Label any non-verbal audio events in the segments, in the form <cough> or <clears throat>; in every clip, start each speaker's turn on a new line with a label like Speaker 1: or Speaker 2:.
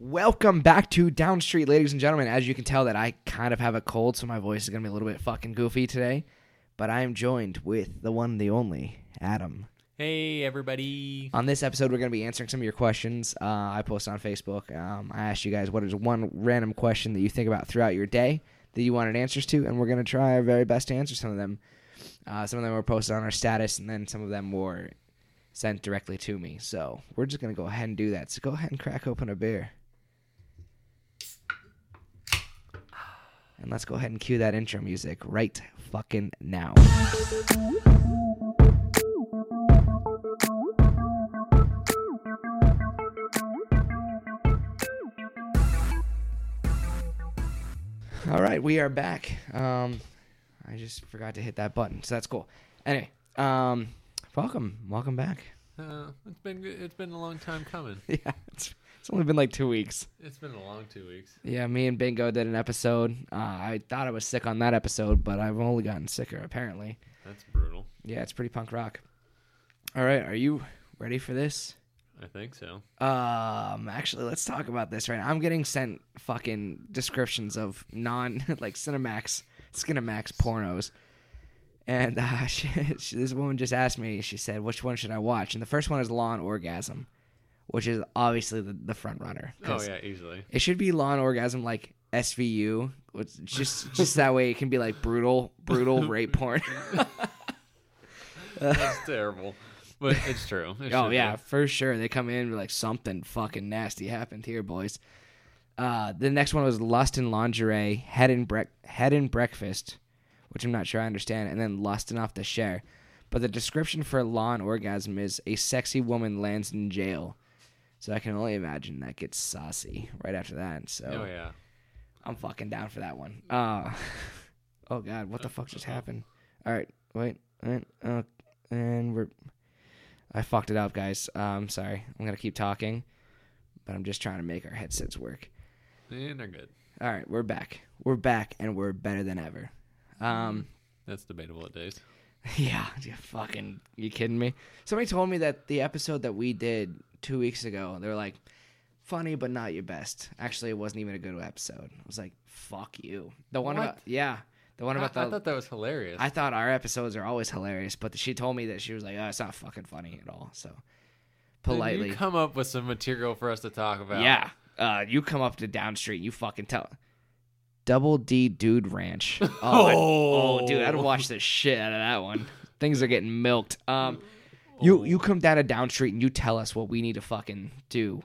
Speaker 1: Welcome back to Down Street, ladies and gentlemen. As you can tell, that I kind of have a cold, so my voice is gonna be a little bit fucking goofy today. But I am joined with the one, the only, Adam.
Speaker 2: Hey everybody!
Speaker 1: On this episode, we're going to be answering some of your questions. Uh, I post on Facebook. Um, I asked you guys what is one random question that you think about throughout your day that you wanted answers to, and we're going to try our very best to answer some of them. Uh, some of them were posted on our status, and then some of them were sent directly to me. So we're just going to go ahead and do that. So go ahead and crack open a beer. And let's go ahead and cue that intro music right fucking now. All right, we are back. Um, I just forgot to hit that button, so that's cool. Anyway, um, welcome, welcome back. <laughs>
Speaker 2: Uh, it's been good- it's been a long time coming.
Speaker 1: Yeah, it's it's only been like two weeks.
Speaker 2: It's been a long two weeks.
Speaker 1: Yeah, me and Bingo did an episode. Uh, I thought I was sick on that episode, but I've only gotten sicker apparently.
Speaker 2: That's brutal.
Speaker 1: Yeah, it's pretty punk rock. All right, are you ready for this?
Speaker 2: I think so.
Speaker 1: Um, actually, let's talk about this right now. I'm getting sent fucking descriptions of non <laughs> like Cinemax, Skinemax pornos, and uh, <laughs> she, she, this woman just asked me. She said, "Which one should I watch?" And the first one is Law and Orgasm, which is obviously the, the front runner.
Speaker 2: Oh
Speaker 1: 'cause
Speaker 2: yeah, easily.
Speaker 1: It should be Law and Orgasm like SVU, which just just that way it can be like brutal, brutal
Speaker 2: <laughs>
Speaker 1: rape porn.
Speaker 2: <laughs>
Speaker 1: <laughs>
Speaker 2: That's terrible, but it's true. <laughs> It
Speaker 1: Oh
Speaker 2: should
Speaker 1: yeah,
Speaker 2: be.
Speaker 1: for sure. They come in like something fucking nasty happened here, boys. Uh, the next one was Lust in Lingerie, Head and Brec Head and Breakfast, which I'm not sure I understand, and then Lust Enough to Share. But the description for Law and Orgasm is a sexy woman lands in jail. So I can only imagine that gets saucy right after that. So
Speaker 2: Oh yeah.
Speaker 1: I'm fucking down for that one. Uh, <laughs> oh god, what the fuck just happened? All right, wait, wait, uh, and we're. I fucked it up, guys. Uh, I'm sorry. I'm gonna keep talking, but I'm just trying to make our headsets work.
Speaker 2: And they're good.
Speaker 1: All right, we're back. We're back, and we're better than ever. Um,
Speaker 2: That's debatable at days.
Speaker 1: yeah, you fucking, you kidding me? Somebody told me that the episode that we did two weeks ago, they were like, funny but not your best. Actually, it wasn't even a good episode. I was like, fuck you. The one
Speaker 2: What?
Speaker 1: about, yeah, the one
Speaker 2: I,
Speaker 1: about the.
Speaker 2: I thought that was hilarious.
Speaker 1: I thought our episodes are always hilarious, but she told me that she was like, "Oh, it's not fucking funny at all." So
Speaker 2: Then
Speaker 1: politely,
Speaker 2: you come up with some material for us to talk about.
Speaker 1: yeah. Uh, you come up to down street, you fucking tell. Double D Dude Ranch. <laughs> Oh, I- oh, dude, I'd watch the shit out of that one. Things are getting milked. Um, you you come down to down street and you tell us what we need to fucking do,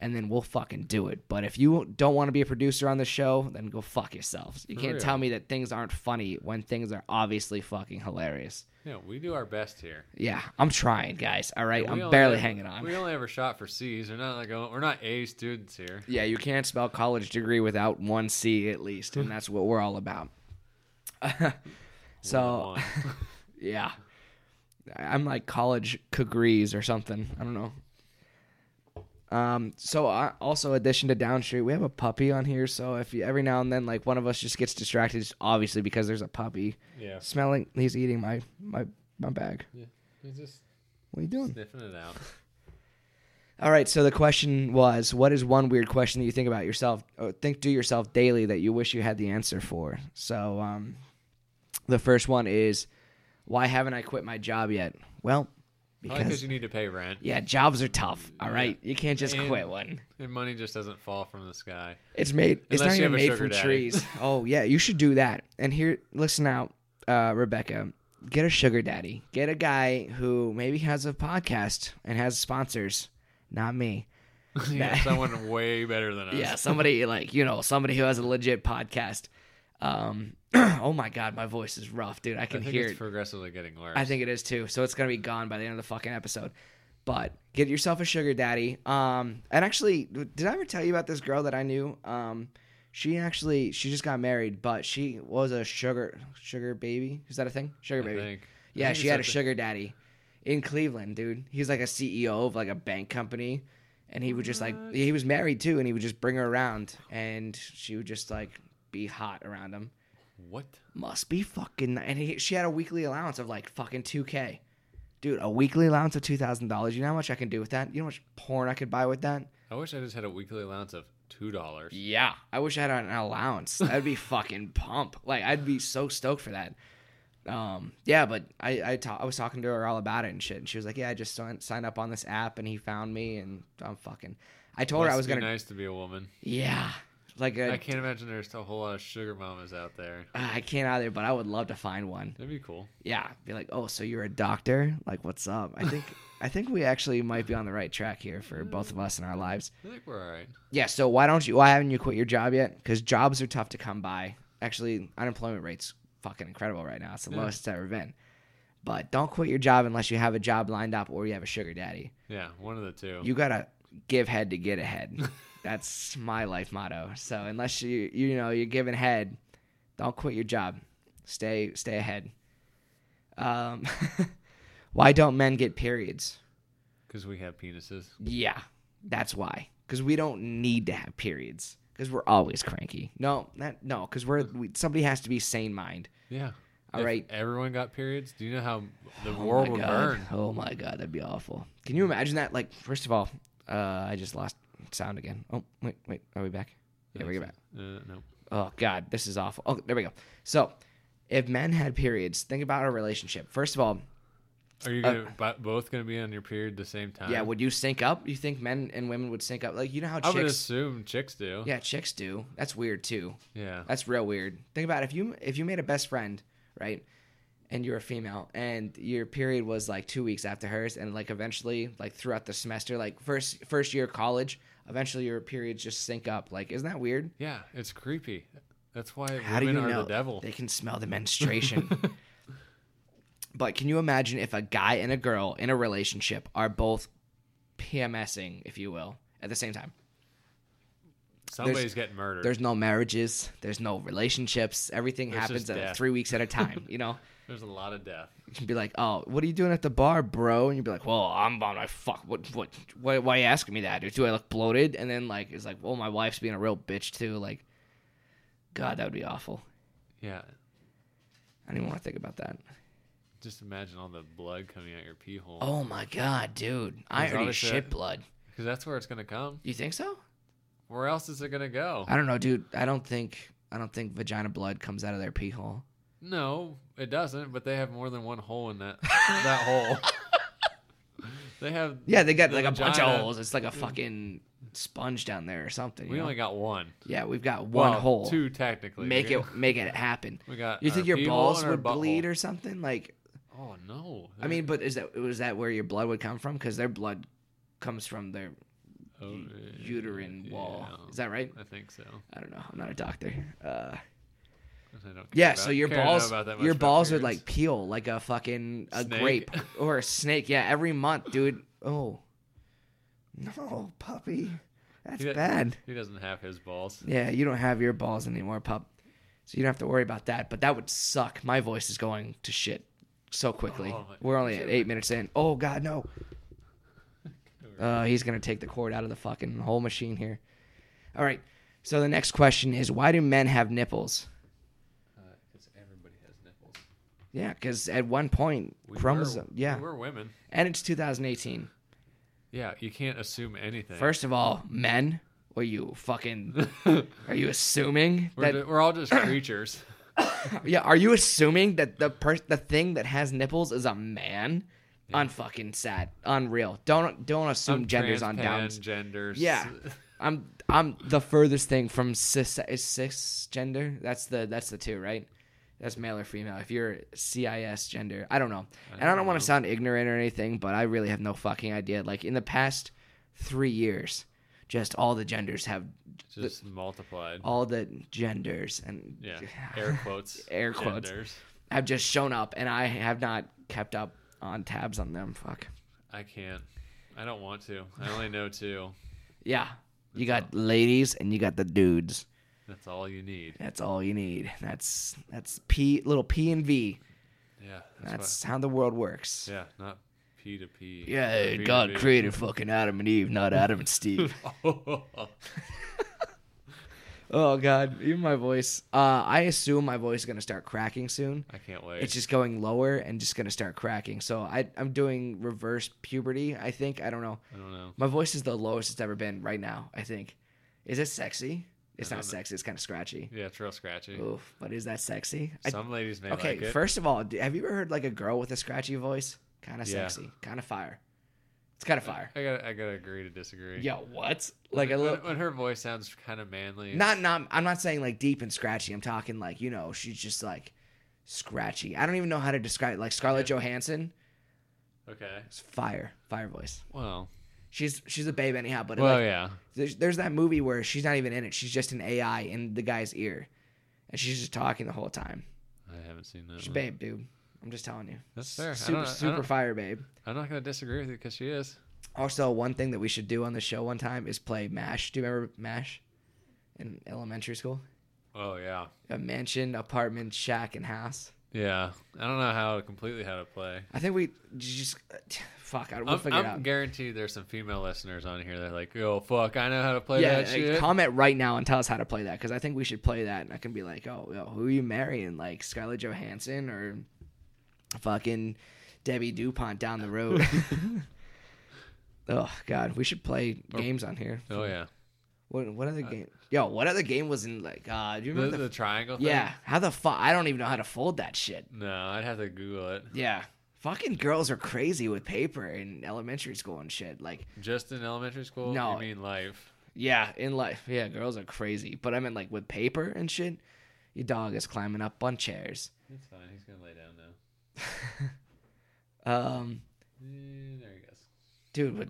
Speaker 1: and then we'll fucking do it. But if you don't want to be a producer on the show, then go fuck yourselves. You
Speaker 2: For
Speaker 1: can't
Speaker 2: real.
Speaker 1: tell me that things aren't funny when things are obviously fucking hilarious.
Speaker 2: Yeah, we do our best here.
Speaker 1: Yeah, I'm trying, guys. All right,
Speaker 2: We
Speaker 1: I'm
Speaker 2: only
Speaker 1: barely
Speaker 2: ever-
Speaker 1: hanging on.
Speaker 2: We only ever shot for C's. We're not like oh, we're not A students here.
Speaker 1: Yeah, you can't spell college degree without one C at least, and that's what we're all about. <laughs> so,
Speaker 2: <laughs> One.
Speaker 1: yeah, I'm like college degrees or something. I don't know. Um, so I, also addition to Down Street, we have a puppy on here. So if you, every now and then, like one of us just gets distracted, just obviously because there's a puppy
Speaker 2: yeah.
Speaker 1: smelling, he's eating my my my bag.
Speaker 2: yeah. He's just
Speaker 1: What are you doing?
Speaker 2: sniffing it out.
Speaker 1: All right. So the question was, what is one weird question that you think about yourself, or think to yourself daily that you wish you had the answer for? So, um, the first one is, why haven't I quit my job yet? Well,
Speaker 2: Because
Speaker 1: because
Speaker 2: you need to pay rent.
Speaker 1: yeah, jobs are tough. All right, you can't just
Speaker 2: And-
Speaker 1: quit one.
Speaker 2: And money just doesn't fall from
Speaker 1: <laughs>
Speaker 2: the sky.
Speaker 1: It's made. It's
Speaker 2: Unless
Speaker 1: not
Speaker 2: you
Speaker 1: even
Speaker 2: have a
Speaker 1: made
Speaker 2: sugar
Speaker 1: from
Speaker 2: daddy. <laughs>
Speaker 1: trees. Oh yeah, you should do that. And here, listen out, uh, Rebecca. Get a sugar daddy. Get a guy who maybe has a podcast and has sponsors. Not me.
Speaker 2: Yeah, someone way better than us. <laughs>
Speaker 1: Yeah, somebody like you know somebody who has a legit podcast. Um, <clears throat> oh my god, my voice is rough, dude. I
Speaker 2: I
Speaker 1: can
Speaker 2: think
Speaker 1: hear
Speaker 2: it's
Speaker 1: it.
Speaker 2: progressively getting worse.
Speaker 1: I think it is too. So it's gonna be gone by the end of the fucking episode. But get yourself a sugar daddy. Um, and actually, did I ever tell you about this girl that I knew? Um, she actually she just got married, but she was a sugar sugar baby. Is that a thing? Sugar
Speaker 2: I
Speaker 1: baby.
Speaker 2: think. I
Speaker 1: Yeah,
Speaker 2: think
Speaker 1: she
Speaker 2: it's
Speaker 1: had a
Speaker 2: something-
Speaker 1: sugar daddy in Cleveland, dude. He's like a CEO of like a bank company, and he would just like he was married too, and he would just bring her around, and she would just like be hot around him.
Speaker 2: What?
Speaker 1: Must be fucking. And he, she had a weekly allowance of like fucking two k, dude. A weekly allowance of two thousand dollars. You know how much I can do with that? You know how much porn I could buy with that?
Speaker 2: I wish I just had a weekly allowance of two dollars.
Speaker 1: Yeah, I wish I had an allowance. That'd <laughs> be fucking pump. Like I'd be so stoked for that. Um, yeah, but I I, ta- I was talking to her all about it and shit, and she was like, "Yeah, I just signed, signed up on this app, and he found me, and I'm fucking." I told her I was gonna.
Speaker 2: nice to be a woman.
Speaker 1: Yeah, like I
Speaker 2: I
Speaker 1: I can't,
Speaker 2: can't imagine there's a whole lot of sugar mamas out there.
Speaker 1: I can't either, but I would love to find one.
Speaker 2: That'd be cool.
Speaker 1: Yeah, be like, "Oh, so you're a doctor? Like, what's up?" I think I think we actually might be on the right track here for both of us in our lives.
Speaker 2: I think we're all right.
Speaker 1: Yeah, so why don't you? Why haven't you quit your job yet? Because jobs are tough to come by. Actually, unemployment rate's fucking incredible right now. It's the
Speaker 2: Yeah.
Speaker 1: lowest it's ever been. But don't quit your job unless you have a job lined up or you have a sugar daddy.
Speaker 2: Yeah, one of the two.
Speaker 1: You gotta give head to get ahead. That's my life motto. So unless you you know you're giving head, don't quit your job. Stay stay ahead. Um, <laughs> why don't men get periods?
Speaker 2: Because we have penises.
Speaker 1: Yeah, that's why. Because we don't need to have periods. Because we're always cranky. No, that no. Because we're we, somebody has to be sane mind.
Speaker 2: Yeah.
Speaker 1: All
Speaker 2: If
Speaker 1: right.
Speaker 2: Everyone got periods. Do you know how the
Speaker 1: Oh
Speaker 2: world
Speaker 1: my
Speaker 2: would
Speaker 1: God.
Speaker 2: burn?
Speaker 1: Oh my god, that'd be awful. Can you imagine that? Like, first of all, uh, I just lost sound again. Oh wait, wait, are we back? Yeah, we're back.
Speaker 2: Uh, no.
Speaker 1: Oh god, this is awful. Oh, there we go. So, if men had periods, think about our relationship. First of all,
Speaker 2: Are you gonna, bo- both going to be on your period the same time?
Speaker 1: Uh, yeah, would you sync up? You think men and women would sync up? Like, you know how
Speaker 2: Uh-huh. I would
Speaker 1: chicks?
Speaker 2: assume chicks do.
Speaker 1: Yeah, chicks do. That's weird too.
Speaker 2: Yeah.
Speaker 1: That's real weird. Think about it. if you if you made a best friend, right? And you're a female, and your period was like two weeks after hers, and like eventually, like throughout the semester, like first first year of college, eventually your periods just sync up. Like, isn't that weird?
Speaker 2: Yeah, it's creepy. That's why
Speaker 1: How do you
Speaker 2: women are
Speaker 1: know?
Speaker 2: the devil.
Speaker 1: They can smell the
Speaker 2: <laughs>
Speaker 1: menstruation. but can you imagine if a guy and a girl in a relationship are both PMSing, if you will, at the same time?
Speaker 2: Somebody's getting murdered. There's,
Speaker 1: There's no marriages, there's no relationships. Everything
Speaker 2: There's
Speaker 1: happens
Speaker 2: just
Speaker 1: at
Speaker 2: death.
Speaker 1: three weeks at a time. You
Speaker 2: <laughs>
Speaker 1: know.
Speaker 2: a lot of death.
Speaker 1: and be like, "Oh, what are you doing at the bar, bro?" And you'd be like, "Well, I'm on my fuck. What? What? Why, why you asking me that? Do I look bloated?" And then like, it's like, "Well, my wife's being a real bitch too." Like, God, that would be awful.
Speaker 2: Yeah.
Speaker 1: I don't even want to think about that.
Speaker 2: Just imagine all the blood coming out your pee hole.
Speaker 1: Oh my God, dude, I
Speaker 2: There's
Speaker 1: already
Speaker 2: obviously-
Speaker 1: shit blood.
Speaker 2: Because that's where it's going to come.
Speaker 1: You think so?
Speaker 2: Where else is it going to go?
Speaker 1: I don't know, dude. I don't think I don't think vagina blood comes out of their pee hole.
Speaker 2: No, it doesn't, but they have more than one hole
Speaker 1: <laughs>
Speaker 2: in that that hole. They have
Speaker 1: Yeah, they got
Speaker 2: the
Speaker 1: like a bunch of
Speaker 2: vagina- Mm.
Speaker 1: holes. It's like a fucking sponge down there or something. you
Speaker 2: We
Speaker 1: know?
Speaker 2: only got one.
Speaker 1: yeah, we've got one
Speaker 2: Well,
Speaker 1: hole.
Speaker 2: Two technically.
Speaker 1: Make
Speaker 2: We
Speaker 1: it
Speaker 2: got-
Speaker 1: make it happen.
Speaker 2: <laughs> We got
Speaker 1: You
Speaker 2: our
Speaker 1: think your
Speaker 2: pee hole
Speaker 1: balls
Speaker 2: and our
Speaker 1: would bleed
Speaker 2: butthole.
Speaker 1: or something? Like,
Speaker 2: Oh no.
Speaker 1: I mean, but is that was that where your blood would come from? Because their blood comes from their
Speaker 2: Oh,
Speaker 1: uterine wall.
Speaker 2: yeah.
Speaker 1: Is that right?
Speaker 2: I think so.
Speaker 1: I don't know. I'm not a doctor. Uh,
Speaker 2: I don't care
Speaker 1: yeah.
Speaker 2: about-
Speaker 1: So your
Speaker 2: care to know
Speaker 1: balls,
Speaker 2: about that much
Speaker 1: your
Speaker 2: about
Speaker 1: balls would
Speaker 2: periods.
Speaker 1: like peel like a fucking a
Speaker 2: Snake? <laughs>
Speaker 1: grape or a snake. Yeah, every month, dude. Oh, no, puppy. That's
Speaker 2: He do-
Speaker 1: bad.
Speaker 2: He doesn't have his balls.
Speaker 1: Yeah, you don't have your balls anymore, pup. So you don't have to worry about that. But that would suck. My voice is going to shit so quickly.
Speaker 2: Oh, my-
Speaker 1: We're only at eight minutes in. Oh God,
Speaker 2: <laughs>
Speaker 1: no. Uh, he's gonna take the cord out of the fucking whole machine here. All right. So the next question is, why do men have nipples?
Speaker 2: Because uh, everybody has nipples.
Speaker 1: Yeah, because at one point chromosome. yeah,
Speaker 2: we're women.
Speaker 1: and it's 2018.
Speaker 2: Yeah, you can't assume anything.
Speaker 1: First of all, men, are you
Speaker 2: <laughs>
Speaker 1: fucking?
Speaker 2: we're,
Speaker 1: Are you assuming that?
Speaker 2: ju- we're all just
Speaker 1: <laughs>
Speaker 2: creatures.
Speaker 1: Yeah, are you assuming that the per- the thing that has nipples is a man? Unfucking sad. Unreal. Don't don't assume
Speaker 2: I'm
Speaker 1: genders
Speaker 2: trans,
Speaker 1: on downs.
Speaker 2: pan, genders.
Speaker 1: Yeah. I'm I'm the furthest thing from cis is cis gender. That's the that's the two, right? That's male or female. If you're CIS gender, I don't know. And I don't want to sound ignorant or anything, but I really have no fucking idea. Like in the past 3 years, just all the genders have
Speaker 2: <laughs> Just multiplied.
Speaker 1: all the genders and <sighs> <laughs>
Speaker 2: Yeah. Air quotes.
Speaker 1: Air quotes.
Speaker 2: Genders.
Speaker 1: have just shown up and I have not kept up on tabs on them. Fuck.
Speaker 2: I can't. I don't want to. I only know two.
Speaker 1: Yeah. You got ladies and you got the dudes.
Speaker 2: That's all you need.
Speaker 1: That's all you need. That's that's P little P and V.
Speaker 2: Yeah. That's,
Speaker 1: That's how the world works.
Speaker 2: why- yeah. Not P to P.
Speaker 1: Yeah,
Speaker 2: P to
Speaker 1: God
Speaker 2: P.
Speaker 1: created fucking Adam and Eve, not Adam and Steve. Oh god, even my voice. Uh, I assume my voice is gonna start cracking soon.
Speaker 2: <laughs> I can't wait.
Speaker 1: It's just going lower and just gonna start cracking. So I, I'm doing reverse puberty. I think I don't know.
Speaker 2: I don't know.
Speaker 1: My voice is the lowest it's ever been right now. I think. Is it sexy? It's
Speaker 2: I
Speaker 1: not
Speaker 2: don't know.
Speaker 1: sexy. It's kind of scratchy.
Speaker 2: Yeah, it's real scratchy.
Speaker 1: Oof, but is that sexy? I,
Speaker 2: Some ladies may
Speaker 1: okay,
Speaker 2: like it.
Speaker 1: first of all, d- have you ever heard like a girl with a scratchy voice? Kind of
Speaker 2: Yeah.
Speaker 1: sexy. Kind of fire. It's kind of fire.
Speaker 2: I gotta, I gotta agree to disagree.
Speaker 1: Yo, what? Like a
Speaker 2: When- <laughs>
Speaker 1: little.
Speaker 2: when her voice sounds kind of manly.
Speaker 1: Not not I'm not saying like deep and scratchy. I'm talking like, you know, she's just like scratchy. I don't even know how to describe it. like Scarlett Johansson.
Speaker 2: Okay.
Speaker 1: It's fire. Fire voice.
Speaker 2: Well.
Speaker 1: She's she's a babe anyhow, but
Speaker 2: Well,
Speaker 1: like,
Speaker 2: yeah.
Speaker 1: there's, there's that movie where she's not even in it. She's just an AI in the guy's ear. And she's just talking the whole time.
Speaker 2: I haven't seen that.
Speaker 1: She's
Speaker 2: one.
Speaker 1: babe, dude. I'm just telling you.
Speaker 2: Mm. That's fair. I
Speaker 1: Super
Speaker 2: don't, I
Speaker 1: super
Speaker 2: don't,
Speaker 1: fire babe.
Speaker 2: I'm not gonna disagree with you because she is.
Speaker 1: Also, one thing that we should do on the show one time is play MASH. Do you remember MASH in elementary school?
Speaker 2: Oh yeah.
Speaker 1: A mansion, apartment, shack, and house.
Speaker 2: Yeah. I don't know how completely how to play.
Speaker 1: I think we just <sighs> fuck. I we'll
Speaker 2: I'm,
Speaker 1: figure
Speaker 2: I'm
Speaker 1: it out.
Speaker 2: guaranteed there's some female listeners on here that are like, yo, fuck, I know how to play
Speaker 1: yeah,
Speaker 2: Oh, that
Speaker 1: like,
Speaker 2: shit.
Speaker 1: comment right now and tell us how to play that because I think we should play that, and I can be like, oh, yo, who are you marrying? Like Scarlett Johansson or fucking Debbie Dupont down the
Speaker 2: <laughs>
Speaker 1: road. <laughs> oh God, we should play games on here.
Speaker 2: oh yeah.
Speaker 1: What what other game? Yo, what other game was in like? Uh, do you
Speaker 2: The,
Speaker 1: remember
Speaker 2: the,
Speaker 1: the?
Speaker 2: triangle thing?
Speaker 1: yeah, how the fuck? I don't even know how to fold that shit.
Speaker 2: No, I'd have to Google it.
Speaker 1: Yeah. Fucking girls are crazy with paper in elementary school and shit. Like,
Speaker 2: Just in elementary school?
Speaker 1: No.
Speaker 2: You mean life.
Speaker 1: Yeah, in life. <laughs> Yeah, girls are crazy. But I meant like with paper and shit. Your dog is climbing up on chairs.
Speaker 2: It's fine. He's gonna lay down now.
Speaker 1: Um,
Speaker 2: Eh, there he goes.
Speaker 1: dude, but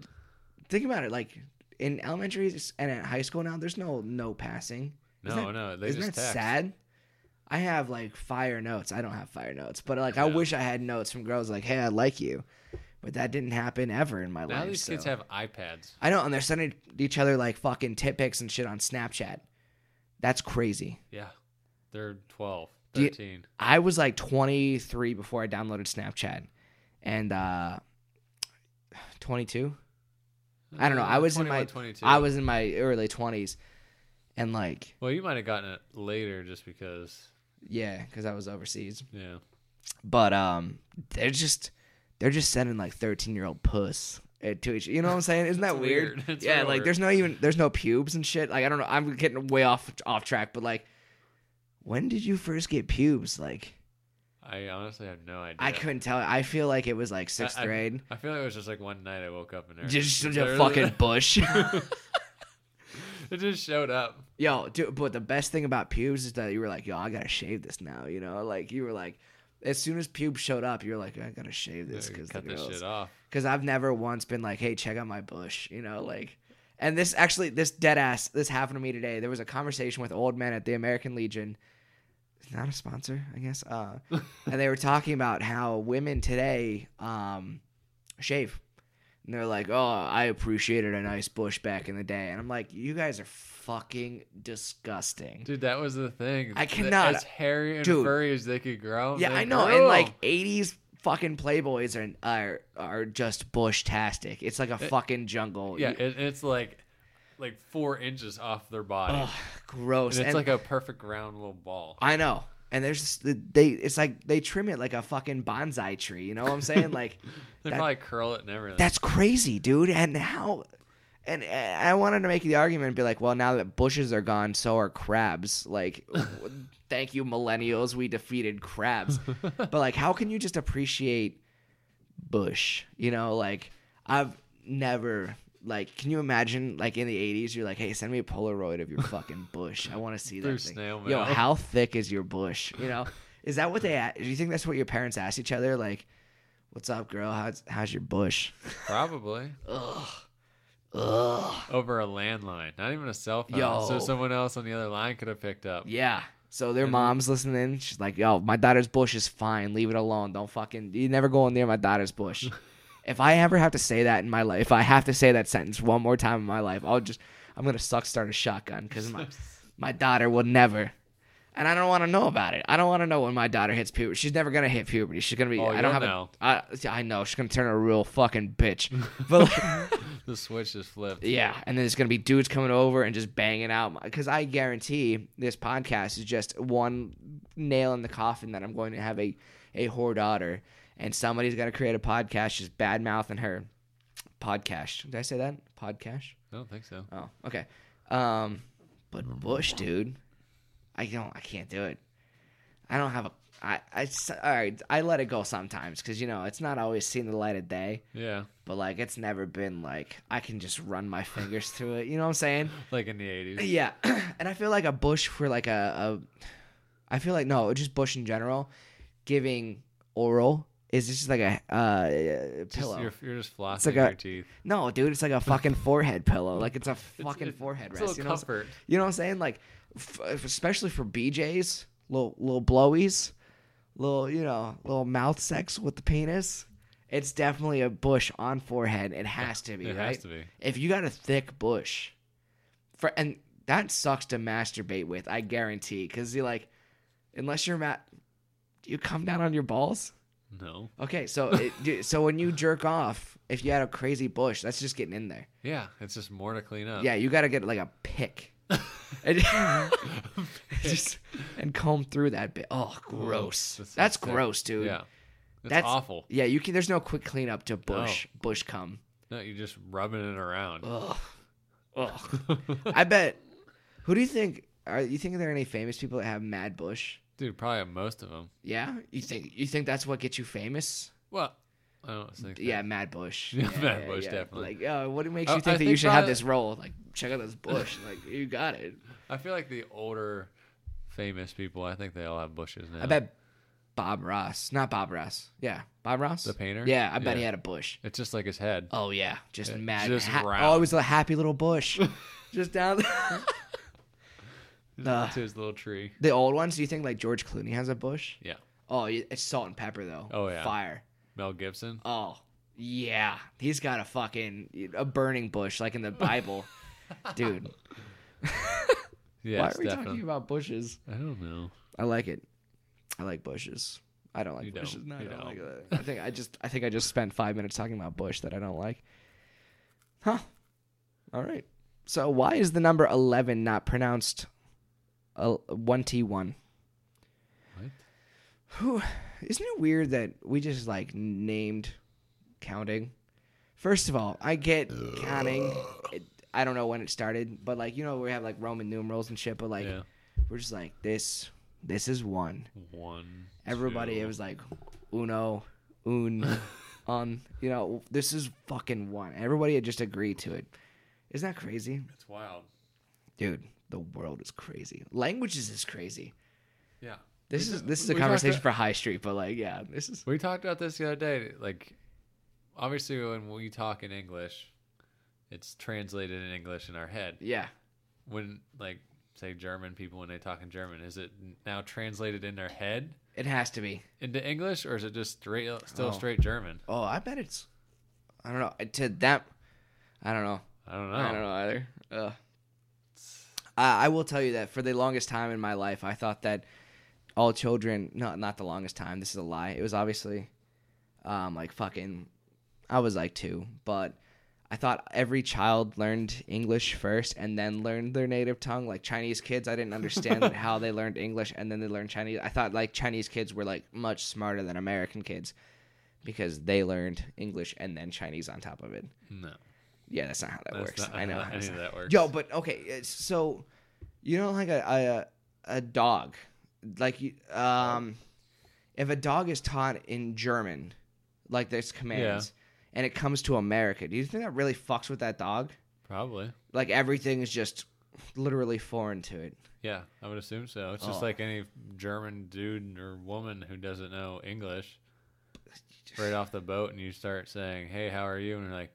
Speaker 1: think about it. Like in elementary and at high school now, there's no no passing.
Speaker 2: No,
Speaker 1: Isn't that-
Speaker 2: no, they
Speaker 1: isn't
Speaker 2: just
Speaker 1: that
Speaker 2: text.
Speaker 1: sad? I have like fire notes. I don't have fire notes, but like I
Speaker 2: Yeah.
Speaker 1: wish I had notes from girls like, "Hey, I like you," but that didn't happen ever in my
Speaker 2: Now
Speaker 1: life.
Speaker 2: these kids
Speaker 1: so-
Speaker 2: have iPads.
Speaker 1: I know, and they're sending each other like fucking tit pics and shit on Snapchat. That's crazy.
Speaker 2: Yeah. They're 12,
Speaker 1: Do you-
Speaker 2: 13.
Speaker 1: I was like 23 before I downloaded Snapchat, and uh, 22. I don't know. I was in my
Speaker 2: 21, 22.
Speaker 1: I was in my early 20s, and like
Speaker 2: Well, you might have gotten it later just because.
Speaker 1: yeah, because I was overseas.
Speaker 2: Yeah.
Speaker 1: But um, they're just they're just sending like 13 year old puss. eh, To each, you know what I'm saying? Isn't that
Speaker 2: It's
Speaker 1: weird?
Speaker 2: weird. It's
Speaker 1: yeah,
Speaker 2: real
Speaker 1: like
Speaker 2: weird.
Speaker 1: there's no even there's no pubes and shit. Like I don't know. I'm getting way off off track, but like, when did you first get pubes? Like
Speaker 2: I honestly have no idea.
Speaker 1: I couldn't tell. I feel like it was like
Speaker 2: I-
Speaker 1: sixth
Speaker 2: I-
Speaker 1: grade.
Speaker 2: I, feel like it was just like one night I woke up and there-
Speaker 1: just just
Speaker 2: there-
Speaker 1: a fucking bush.
Speaker 2: <laughs> it just showed up.
Speaker 1: yo, dude, but the best thing about pubes is that you were like, yo, I gotta shave this now. You know, like you were like, as soon as pubes showed up, you were like, I gotta shave this because the
Speaker 2: Cut this shit
Speaker 1: girls.
Speaker 2: off.
Speaker 1: Because I've never once been like, hey, check out my bush. You know, like, and this actually, this dead ass, this happened to me today. There was a conversation with old men at the American Legion. Not a sponsor, I guess.
Speaker 2: <laughs>
Speaker 1: Uh, and they were talking about how women today um, shave. And they're like, oh, I appreciated a nice bush back in the day. And I'm like, you guys are fucking disgusting.
Speaker 2: Dude, that was the thing.
Speaker 1: I
Speaker 2: Th-
Speaker 1: cannot-
Speaker 2: As hairy and
Speaker 1: Dude.
Speaker 2: furry as they could grow.
Speaker 1: yeah,
Speaker 2: they
Speaker 1: I know.
Speaker 2: grew
Speaker 1: And
Speaker 2: 'em.
Speaker 1: like 80s fucking playboys are are, are just bush tastic. It's like a fucking jungle.
Speaker 2: Eh, yeah,
Speaker 1: You-
Speaker 2: it, it's like like four inches off their body,
Speaker 1: Ugh, gross.
Speaker 2: and it's
Speaker 1: And
Speaker 2: like a perfect round little ball.
Speaker 1: I know. And there's just, they. It's like they trim it like a fucking bonsai tree. You know what I'm
Speaker 2: <laughs>
Speaker 1: saying? Like
Speaker 2: They
Speaker 1: that-
Speaker 2: probably curl it and everything.
Speaker 1: That's crazy, dude. And how? And and I wanted to make the argument and be like, well, now that bushes are gone, so are crabs.
Speaker 2: <laughs>
Speaker 1: Like, w- thank you, millennials. We defeated
Speaker 2: <laughs>
Speaker 1: crabs. but like, how can you just appreciate bush? You know, like I've never. Like, can you imagine? Like in the '80s, you're like, "Hey, send me a Polaroid of your
Speaker 2: <laughs>
Speaker 1: fucking bush. I want to see
Speaker 2: Through
Speaker 1: that thing."
Speaker 2: snail
Speaker 1: Yo,
Speaker 2: mail.
Speaker 1: how thick is your bush? You
Speaker 2: <laughs>
Speaker 1: know, is that what they? a- Do you think that's what your parents asked each other? Like, "What's up, girl? How's how's your bush?"
Speaker 2: probably
Speaker 1: Ugh. Ugh.
Speaker 2: over a landline, not even a cell phone,
Speaker 1: Yo.
Speaker 2: so someone else on the other line could have picked up.
Speaker 1: Yeah. So
Speaker 2: Mm-hmm.
Speaker 1: their mom's listening. She's like, yo, my daughter's bush is fine. Leave it alone. Don't fucking, you never go in near my daughter's
Speaker 2: <laughs>
Speaker 1: bush. if I ever have to say that in my life, if I have to say that sentence one more time in my life, I'll just, I'm going to suck start a shotgun because
Speaker 2: <laughs>
Speaker 1: my, my daughter will never. And I don't want to know about it. I don't want to know when my daughter hits puberty. She's never gonna hit puberty. She's gonna be.
Speaker 2: Oh,
Speaker 1: I
Speaker 2: you'll
Speaker 1: don't have.
Speaker 2: know. <laughs>
Speaker 1: A, I, I know. She's gonna turn a real fucking bitch. But like,
Speaker 2: The switch just flipped.
Speaker 1: Yeah, and then it's gonna be dudes coming over and just banging out. Because I guarantee this podcast is just one nail in the coffin that I'm going to have a a whore daughter, and somebody's gonna create a podcast just bad mouthing her. Podcast. Did I say that? Podcast.
Speaker 2: I don't think so.
Speaker 1: Oh, okay. Um, but Bush, dude, I don't. I can't do it. I don't have a. I. I. s- All right. I let it go sometimes because you know it's not always seen the light of day.
Speaker 2: Yeah,
Speaker 1: But like, it's never been like I can just run my fingers through it. You know what I'm saying? <clears throat>
Speaker 2: like in the eighties.
Speaker 1: Yeah. <clears throat> and I feel like a Bush for like a. a I feel like no, just Bush in general, giving oral is just like a uh, pillow.
Speaker 2: You're, you're just flossing
Speaker 1: like a-
Speaker 2: your teeth.
Speaker 1: No, dude, it's like a fucking forehead pillow. Like it's a fucking
Speaker 2: it's-
Speaker 1: forehead
Speaker 2: it's a
Speaker 1: rest. you
Speaker 2: little
Speaker 1: know, what I'm-
Speaker 2: comfort.
Speaker 1: you know what I'm saying? Like, f- especially for BJ's, little little blowies, little you know, little mouth sex with the penis. It's definitely a bush on forehead. It has to be,
Speaker 2: It
Speaker 1: right?
Speaker 2: has to be.
Speaker 1: If you got a thick bush, for and that sucks to masturbate with. I guarantee, because you like, unless you're mat, do you come down on your balls.
Speaker 2: No.
Speaker 1: Okay, so it, dude, so when you jerk off, if you had a crazy bush, that's just getting in there.
Speaker 2: Yeah, it's just more to clean up. <laughs>
Speaker 1: Yeah, you got to get like a pick. and, just, and comb through that bit. Oh, gross.
Speaker 2: This is
Speaker 1: That's
Speaker 2: sick.
Speaker 1: gross, dude.
Speaker 2: Yeah, it's
Speaker 1: That's
Speaker 2: awful.
Speaker 1: Yeah, you can. There's no quick cleanup to bush bush cum.
Speaker 2: No, you're just rubbing it around.
Speaker 1: Ugh. Ugh. I bet. Who do you think? Are you think there are any famous people that have mad bush?
Speaker 2: <laughs> Dude, probably most of them.
Speaker 1: Yeah, you think you think that's what gets you famous?
Speaker 2: Well, I don't think. that-
Speaker 1: Yeah, mad bush.
Speaker 2: Yeah, <laughs> mad bush, definitely.
Speaker 1: Like, uh, what makes
Speaker 2: I-
Speaker 1: you think
Speaker 2: I
Speaker 1: that you
Speaker 2: think
Speaker 1: should have
Speaker 2: probably- Uh,
Speaker 1: this role? Like, check out this bush. like, you got it.
Speaker 2: I feel like the older famous people, I think they all have bushes now.
Speaker 1: I bet Bob Ross, not Bob Ross. Yeah, Bob Ross,
Speaker 2: The painter?
Speaker 1: Yeah, I bet
Speaker 2: Yeah.
Speaker 1: he had a bush.
Speaker 2: it's just like his head.
Speaker 1: Oh yeah, just mad.
Speaker 2: just
Speaker 1: ha-
Speaker 2: round.
Speaker 1: Oh, it was a happy little
Speaker 2: <laughs>
Speaker 1: bush, just down <laughs> there. Nah.
Speaker 2: to his little tree.
Speaker 1: the old ones. Do you think like George Clooney has a bush?
Speaker 2: Yeah.
Speaker 1: Oh, y- it's salt and pepper though.
Speaker 2: Oh, yeah.
Speaker 1: fire.
Speaker 2: Mel Gibson.
Speaker 1: Oh yeah, he's got a fucking a burning bush like in the
Speaker 2: <laughs>
Speaker 1: Bible, dude.
Speaker 2: Yeah,
Speaker 1: why
Speaker 2: it's
Speaker 1: are we
Speaker 2: definitely.
Speaker 1: talking about bushes?
Speaker 2: I don't know.
Speaker 1: I like it. I like bushes. I don't like
Speaker 2: You don't.
Speaker 1: bushes. No, I
Speaker 2: You
Speaker 1: don't,
Speaker 2: don't.
Speaker 1: like that. I think I just I think I just spent five minutes talking about bush that I don't like. Huh. All right. So why is the number eleven not pronounced uh, one T one?
Speaker 2: What?
Speaker 1: Isn't it weird that we just like named counting? First of all, I get counting. It, I don't know when it started, but like you know we have like Roman numerals and shit, but like
Speaker 2: Yeah.
Speaker 1: we're just like this. This is one.
Speaker 2: One.
Speaker 1: Everybody,
Speaker 2: two.
Speaker 1: it was like uno,
Speaker 2: <laughs>
Speaker 1: un, on. You know, this is fucking one. Everybody had just agreed to it. Isn't that crazy,
Speaker 2: It's wild.
Speaker 1: dude? The world is crazy. Languages is crazy.
Speaker 2: Yeah.
Speaker 1: This
Speaker 2: We
Speaker 1: is
Speaker 2: ta-
Speaker 1: this is a
Speaker 2: we talked
Speaker 1: conversation
Speaker 2: a-
Speaker 1: for High Street, but like, yeah, this is
Speaker 2: We talked about this the other day. Like, obviously, when we talk in English, it's translated in English in our head.
Speaker 1: yeah,
Speaker 2: When, like, say German people, when they talk in German, is it now translated in their head
Speaker 1: it has to be.
Speaker 2: into English, or is it just straight, still
Speaker 1: Oh.
Speaker 2: straight German?
Speaker 1: Oh, I bet it's. I don't know. To that, I don't know.
Speaker 2: I don't know.
Speaker 1: I don't know either. Ugh. I, I will tell you that for the longest time in my life, I thought that all children. No, not the longest time. This is a lie. It was obviously, um, like fucking. I was like two, but I thought every child learned English first and then learned their native tongue. Like Chinese kids, I didn't
Speaker 2: <laughs>
Speaker 1: understand how they learned English and then they learned Chinese. I thought like Chinese kids were like much smarter than American kids because they learned English and then Chinese on top of it.
Speaker 2: No.
Speaker 1: Yeah, that's not how that
Speaker 2: That's
Speaker 1: works.
Speaker 2: <laughs> not
Speaker 1: I know.
Speaker 2: how
Speaker 1: how
Speaker 2: any
Speaker 1: that's
Speaker 2: of
Speaker 1: not-
Speaker 2: that works.
Speaker 1: Yo, but okay, it's- so you know, like a a, a dog, like you- um, if a dog is taught in German, like there's commands, and it comes to America, do you think that really fucks with that dog?
Speaker 2: Probably.
Speaker 1: Like everything is just literally foreign to it.
Speaker 2: Yeah, I would assume so. It's
Speaker 1: Oh.
Speaker 2: just like any German dude or woman who doesn't know English. Right off the boat, and you start saying, "Hey, how are you?" And you're like,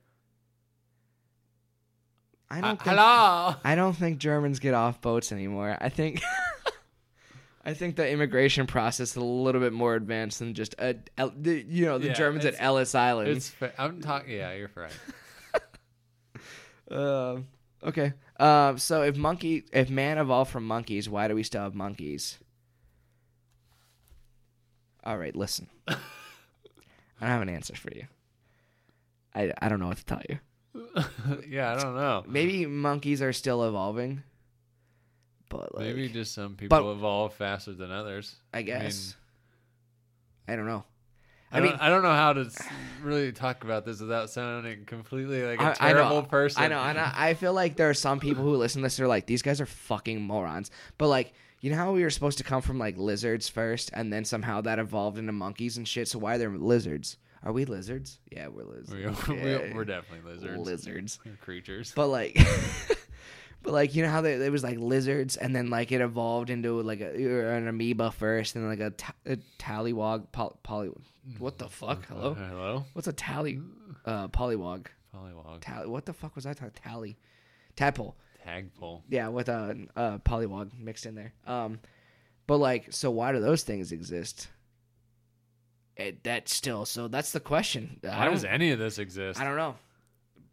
Speaker 1: I
Speaker 2: "Uh,
Speaker 1: don't. think,
Speaker 2: "Hello."
Speaker 1: I don't think Germans get off boats anymore. I think. <laughs> I think the immigration process is a little bit more advanced than just a, el- the, you know the
Speaker 2: Yeah,
Speaker 1: Germans at
Speaker 2: it's-
Speaker 1: Ellis Island.
Speaker 2: It's. Fa- I'm talking. Yeah, you're right. <laughs>
Speaker 1: Um. okay. Um. so if monkey, if man evolved from monkeys, why do we still have monkeys? All right, listen. I don't have an answer for you. I I don't know what to tell you.
Speaker 2: yeah, I don't know.
Speaker 1: Maybe monkeys are still evolving, but like,
Speaker 2: Maybe just some people
Speaker 1: but-
Speaker 2: evolve faster than others.
Speaker 1: I guess. I, don't know.
Speaker 2: I,
Speaker 1: I
Speaker 2: don't,
Speaker 1: mean-
Speaker 2: I don't know how to s- really talk about this without sounding completely like a
Speaker 1: I- I know.
Speaker 2: terrible person.
Speaker 1: I know, and I, I feel like there are some people who listen to this. They're like, these guys are fucking morons. But like, you know how we were supposed to come from like lizards first, and then somehow that evolved into monkeys and shit. So why are there lizards? Are we lizards? Yeah, we're lizards.
Speaker 2: <laughs> We,
Speaker 1: Yeah.
Speaker 2: we, are <laughs> definitely lizards.
Speaker 1: Lizards.
Speaker 2: We're creatures.
Speaker 1: But like, <laughs> but like you know how there, there was like lizards, and then like it evolved into like a, or an amoeba first, and like a, ta- a tallywog poly, poly. What the fuck? Hello.
Speaker 2: Uh, <laughs> Hello?
Speaker 1: What's a tally? Uh, polywog.
Speaker 2: Polywog.
Speaker 1: Tally. What the fuck was I talking? Tally. Tadpole.
Speaker 2: Tagpole.
Speaker 1: Yeah, with a, a polywog mixed in there. Um, but like, so why do those things exist? It, that still. So that's the question. I
Speaker 2: Why
Speaker 1: don't-
Speaker 2: does any of this exist?
Speaker 1: I don't know.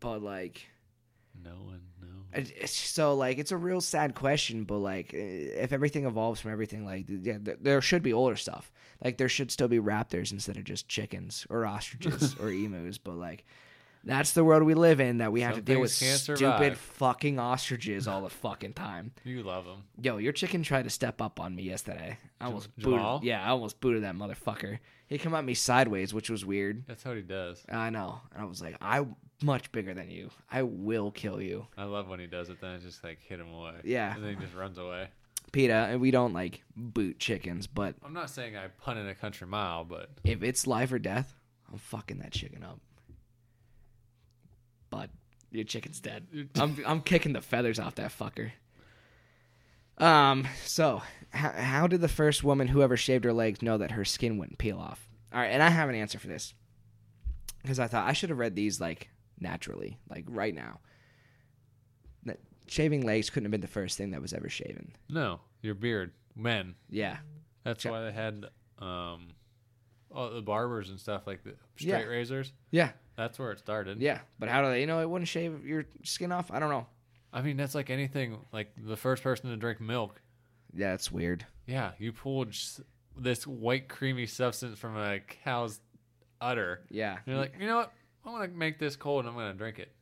Speaker 1: But like.
Speaker 2: No one knows.
Speaker 1: It- it's- So like it's a real sad question, but like eh, if everything evolves from everything, like th- yeah, th- there should be older stuff. Like there should still be raptors instead of just chickens or
Speaker 2: <laughs>
Speaker 1: ostriches or emus. But like that's the world we live in that we have
Speaker 2: Some
Speaker 1: to deal with
Speaker 2: things
Speaker 1: stupid
Speaker 2: can't survive.
Speaker 1: fucking ostriches all the fucking time.
Speaker 2: You love them.
Speaker 1: Yo, your chicken tried to step up on me yesterday. I almost
Speaker 2: Jamal?
Speaker 1: booted. Yeah, I almost booted that motherfucker. He come at me sideways, which was weird.
Speaker 2: That's what he does.
Speaker 1: I know, and I was like, I'm much bigger than you. I will kill you.
Speaker 2: I love when he does it. Then I just like hit him away.
Speaker 1: Yeah.
Speaker 2: And then he just runs away.
Speaker 1: PETA, and we don't like boot chickens, but
Speaker 2: I'm not saying I pun in a country mile, but
Speaker 1: if it's life or death, I'm fucking that chicken up. But your chicken's dead. I'm I'm kicking the feathers off that fucker. Um, so how, how did the first woman who ever shaved her legs know that her skin wouldn't peel off? All right, and I have an answer for this because I thought I should have read these like naturally, like right now. That shaving legs couldn't have been the first thing that was ever shaven.
Speaker 2: no, your beard, men.
Speaker 1: Yeah,
Speaker 2: That's
Speaker 1: Check.
Speaker 2: why they had um, all the barbers and stuff like the straight
Speaker 1: Yeah.
Speaker 2: razors.
Speaker 1: yeah.
Speaker 2: That's where it started.
Speaker 1: Yeah, but how do they? You know, it wouldn't shave your skin off. I don't know.
Speaker 2: I mean, that's like anything. Like the first person to drink milk.
Speaker 1: Yeah, it's weird.
Speaker 2: Yeah, you pulled s- this white creamy substance from a cow's udder.
Speaker 1: Yeah,
Speaker 2: And you're like, you know what? I want to make this cold and I'm going to drink it.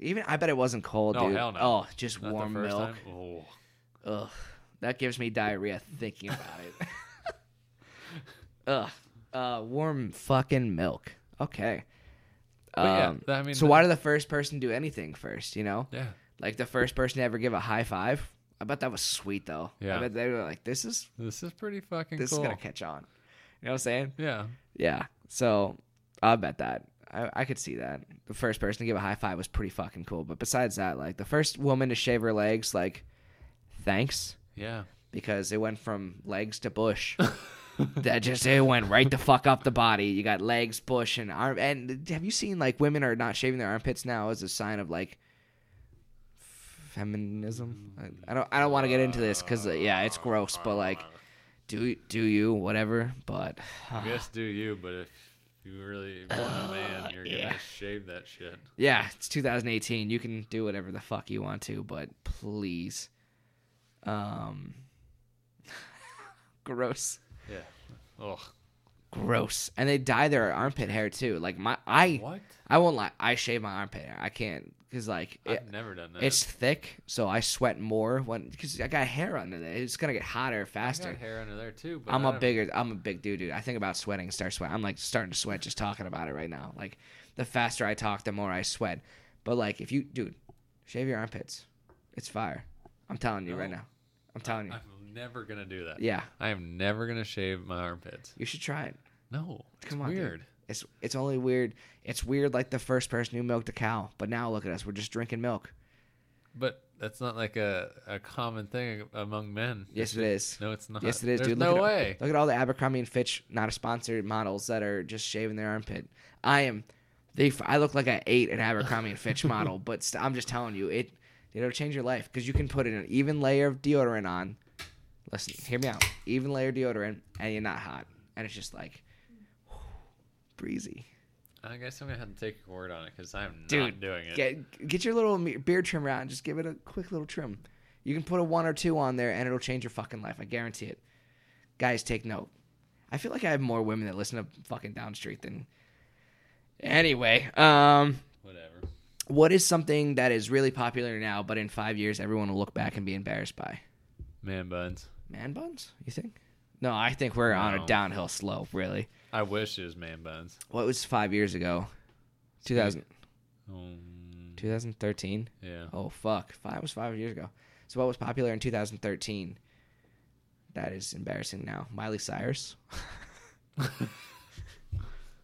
Speaker 1: even I bet it wasn't cold,
Speaker 2: No,
Speaker 1: dude.
Speaker 2: hell no.
Speaker 1: Oh, just
Speaker 2: Not
Speaker 1: warm
Speaker 2: the first
Speaker 1: milk.
Speaker 2: time. Oh.
Speaker 1: Ugh, that gives me diarrhea thinking about it. <laughs> Ugh, uh, warm fucking milk. Okay.
Speaker 2: But yeah,
Speaker 1: Um,
Speaker 2: that- I mean,
Speaker 1: so why did the first person do anything first? You know,
Speaker 2: Yeah.
Speaker 1: like the first person to ever give a high five. I bet that was sweet though.
Speaker 2: Yeah.
Speaker 1: I bet they were like, "This is
Speaker 2: This is pretty fucking
Speaker 1: this
Speaker 2: cool.
Speaker 1: is gonna catch on." You know what I'm saying?
Speaker 2: yeah.
Speaker 1: Yeah. So I bet that. I, I could see that. The first person to give a high five was pretty fucking cool. But besides that, like the first woman to shave her legs, like, thanks.
Speaker 2: Yeah.
Speaker 1: Because it went from legs to bush. that just it went right the fuck up the body. You got legs, bush, and arm and have you seen like women are not shaving their armpits now as a sign of like feminism? I, I don't I don't want to get into this because yeah, it's gross, but like do do you, whatever. But
Speaker 2: I guess do you, but if you really want
Speaker 1: <sighs>
Speaker 2: a man, you're going to
Speaker 1: yeah.
Speaker 2: shave that shit.
Speaker 1: Yeah, it's 2018. You can do whatever the fuck you want to, but please. Um <laughs> gross.
Speaker 2: Yeah. Ugh.
Speaker 1: Gross. And they dye their armpit hair too. Like my I
Speaker 2: What?
Speaker 1: I won't lie, I shave my armpit hair. I can't cuz like it,
Speaker 2: I've never done that.
Speaker 1: it's thick, so I sweat more when cuz I got hair under there. It's going to get hotter
Speaker 2: I got
Speaker 1: faster.
Speaker 2: hair under there too. But uh,
Speaker 1: I'm
Speaker 2: I
Speaker 1: a
Speaker 2: don't-
Speaker 1: bigger I'm a big dude, dude. I think about sweating, and start sweating. I'm like starting to sweat just talking about it right now. Like the faster I talk, the more I sweat. But like if you dude, shave your armpits. It's fire. I'm telling you right
Speaker 2: No.
Speaker 1: now. I'm telling you.
Speaker 2: I'm never going to do that.
Speaker 1: yeah.
Speaker 2: I am never going to shave my armpits.
Speaker 1: You should try it.
Speaker 2: No. It's
Speaker 1: Come on, dude.
Speaker 2: weird.
Speaker 1: It's it's only weird. It's weird like the first person who milked a cow, but now look at us. We're just drinking milk.
Speaker 2: But that's not like a, a common thing among men.
Speaker 1: Yes it is.
Speaker 2: No, it's not.
Speaker 1: Yes it is,
Speaker 2: There's
Speaker 1: dude. Look
Speaker 2: No
Speaker 1: at-
Speaker 2: way.
Speaker 1: Look at all the Abercrombie and Fitch not a sponsored models that are just shaving their armpit. I am they I look like I ate an Abercrombie and
Speaker 2: <laughs>
Speaker 1: Fitch model, but st- I'm just telling you it it'll change your life cuz you can put in an even layer of deodorant on. Listen, hear me out. Even layer deodorant and you're not hot. And it's just like breezy.
Speaker 2: I guess I'm gonna have to take your word on it because I'm not
Speaker 1: Dude,
Speaker 2: doing it.
Speaker 1: Get get your little me- beard trimmer out and just give it a quick little trim. You can put a one or two on there, and it'll change your fucking life. I guarantee it. Guys, take note. I feel like I have more women that listen to fucking Downstreet than. Anyway, um,
Speaker 2: Whatever.
Speaker 1: What is something that is really popular now, but in five years everyone will look back and be embarrassed by?
Speaker 2: Man buns.
Speaker 1: Man buns? You think? No, I think we're on a
Speaker 2: No.
Speaker 1: downhill slope. Really.
Speaker 2: I wish it was man buns.
Speaker 1: What was five years ago? 2000,
Speaker 2: Um,
Speaker 1: 2013?
Speaker 2: yeah.
Speaker 1: Oh fuck, five was five years ago. So what was popular in 2013? That is embarrassing now. Miley Cyrus. <laughs>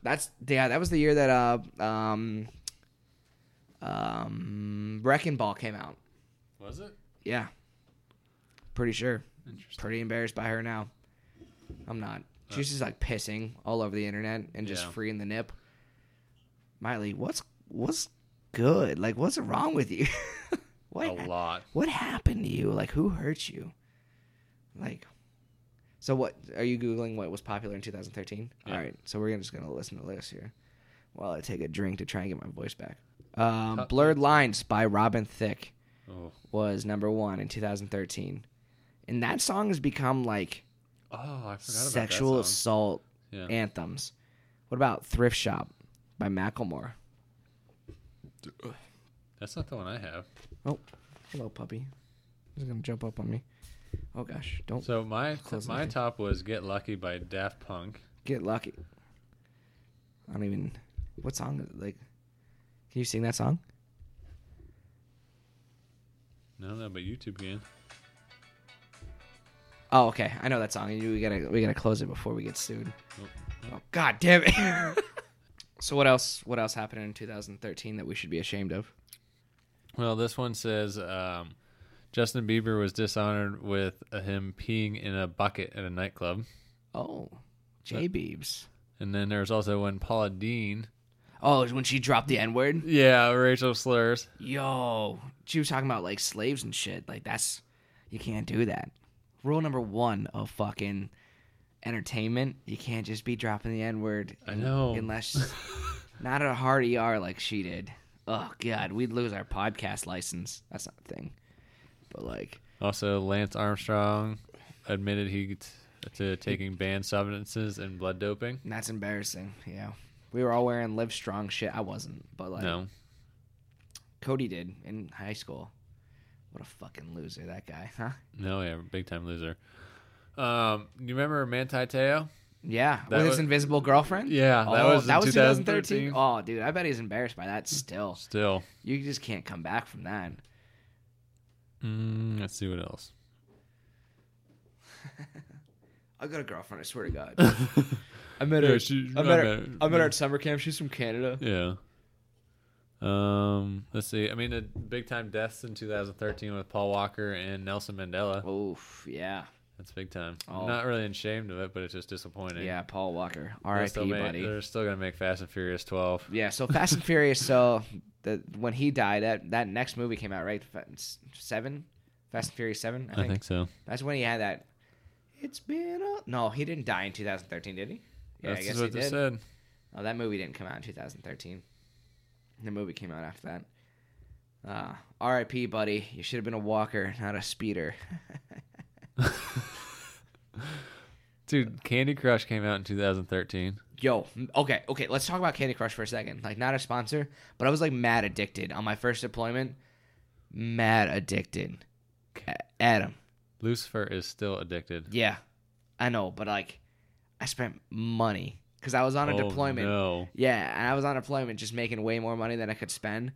Speaker 1: That's yeah. That was the year that uh um um Wrecking Ball came out.
Speaker 2: Was it?
Speaker 1: Yeah, pretty sure.
Speaker 2: Interesting.
Speaker 1: Pretty embarrassed by her now. I'm not. She's just like pissing all over the internet and just
Speaker 2: Uh. Yeah.
Speaker 1: freeing the nip. Miley, what's what's good? Like, what's wrong with you? <laughs> what
Speaker 2: A lot.
Speaker 1: what happened to you? Like, who hurt you? Like, so what are you googling? What was popular in 2013?
Speaker 2: Yeah.
Speaker 1: All right, so we're gonna- just gonna listen to this here while I take a drink to try and get my voice back. Um,
Speaker 2: Cut.
Speaker 1: Blurred Lines by Robin Thicke
Speaker 2: Oh.
Speaker 1: was number one in 2013, and that song has become like
Speaker 2: Oh, I forgot about
Speaker 1: sexual
Speaker 2: that song.
Speaker 1: assault
Speaker 2: Yeah.
Speaker 1: anthems. What about Thrift Shop by Macklemore?
Speaker 2: That's not the one I have.
Speaker 1: Oh, Hello, puppy. He's gonna jump up on me. Oh gosh, don't
Speaker 2: So my
Speaker 1: Close
Speaker 2: my
Speaker 1: enough.
Speaker 2: top was "Get Lucky" by Daft Punk.
Speaker 1: Get lucky. I don't even. What song? is- Like, can you sing that song?
Speaker 2: No, no, but YouTube can.
Speaker 1: Oh, okay. I know that song. and We gotta we gotta close it before we get sued.
Speaker 2: Nope.
Speaker 1: Oh God damn it! <laughs> so what else? What else happened in 2013 that we should be ashamed of?
Speaker 2: Well, this one says um, Justin Bieber was dishonored with uh, him peeing in a bucket at a nightclub,
Speaker 1: Oh, J Beebs.
Speaker 2: and then there's also when Paula Dean,
Speaker 1: Oh, it was when she dropped the N word.
Speaker 2: yeah, racial slurs.
Speaker 1: Yo, she was talking about like slaves and shit. Like that's you can't do that. Rule number one of fucking entertainment: you can't just be dropping the N word
Speaker 2: I know. <laughs>
Speaker 1: unless not a hard ER like she did. Oh god, we'd lose our podcast license. That's not a thing. But like,
Speaker 2: Also, Lance Armstrong admitted he t- to taking banned substances and blood doping.
Speaker 1: that's embarrassing. Yeah, we were all wearing Live Strong shit. I wasn't, but like,
Speaker 2: No,
Speaker 1: Cody did in high school. What a fucking loser that guy, huh?
Speaker 2: no, yeah, big time loser. Um, you remember Manti Te'o?
Speaker 1: Yeah,
Speaker 2: That
Speaker 1: with
Speaker 2: was-
Speaker 1: his invisible girlfriend.
Speaker 2: Yeah, that was in 2013.
Speaker 1: Oh, dude, I bet he's embarrassed by that. Still,
Speaker 2: Still,
Speaker 1: you just can't come back from that.
Speaker 2: mm, let's see what else.
Speaker 1: I got a girlfriend. I swear to <laughs> God. I met
Speaker 2: Yeah,
Speaker 1: her.
Speaker 2: she-
Speaker 1: I met
Speaker 2: I
Speaker 1: her.
Speaker 2: met-
Speaker 1: I met her at summer camp. She's from Canada.
Speaker 2: Yeah. Um, let's see. I mean, the big time deaths in 2013 with Paul Walker and Nelson Mandela.
Speaker 1: Oof, yeah.
Speaker 2: That's big time.
Speaker 1: Oh.
Speaker 2: I'm not really ashamed of it, but it's just disappointing.
Speaker 1: Yeah, Paul Walker.
Speaker 2: They're
Speaker 1: R.I.P.
Speaker 2: still ma-
Speaker 1: buddy.
Speaker 2: They're still gonna make Fast and Furious 12.
Speaker 1: Yeah, so Fast and Furious, so the, when he died, that, that next movie came out, right? Fa- s- Seven? Fast and Furious 7, I
Speaker 2: I
Speaker 1: think.
Speaker 2: think so.
Speaker 1: That's when he had that. It's been a. No, he didn't die in 2013, did he? Yeah,
Speaker 2: That's
Speaker 1: I guess
Speaker 2: what
Speaker 1: he
Speaker 2: they
Speaker 1: did.
Speaker 2: said.
Speaker 1: Oh, that movie didn't come out in 2013. The movie came out after that. Uh, R.I.P., buddy. You should have been a walker, not a speeder. <laughs>
Speaker 2: Dude, Candy Crush came out in 2013.
Speaker 1: Yo, m- okay, okay, let's talk about Candy Crush for a second. Like, not a sponsor, but I was like mad addicted on my first deployment. Mad addicted. A- Adam,
Speaker 2: Lucifer is still addicted.
Speaker 1: yeah, I know, but like, I spent money because I was on a
Speaker 2: Oh,
Speaker 1: deployment.
Speaker 2: No.
Speaker 1: Yeah, and I was on deployment just making way more money than I could spend.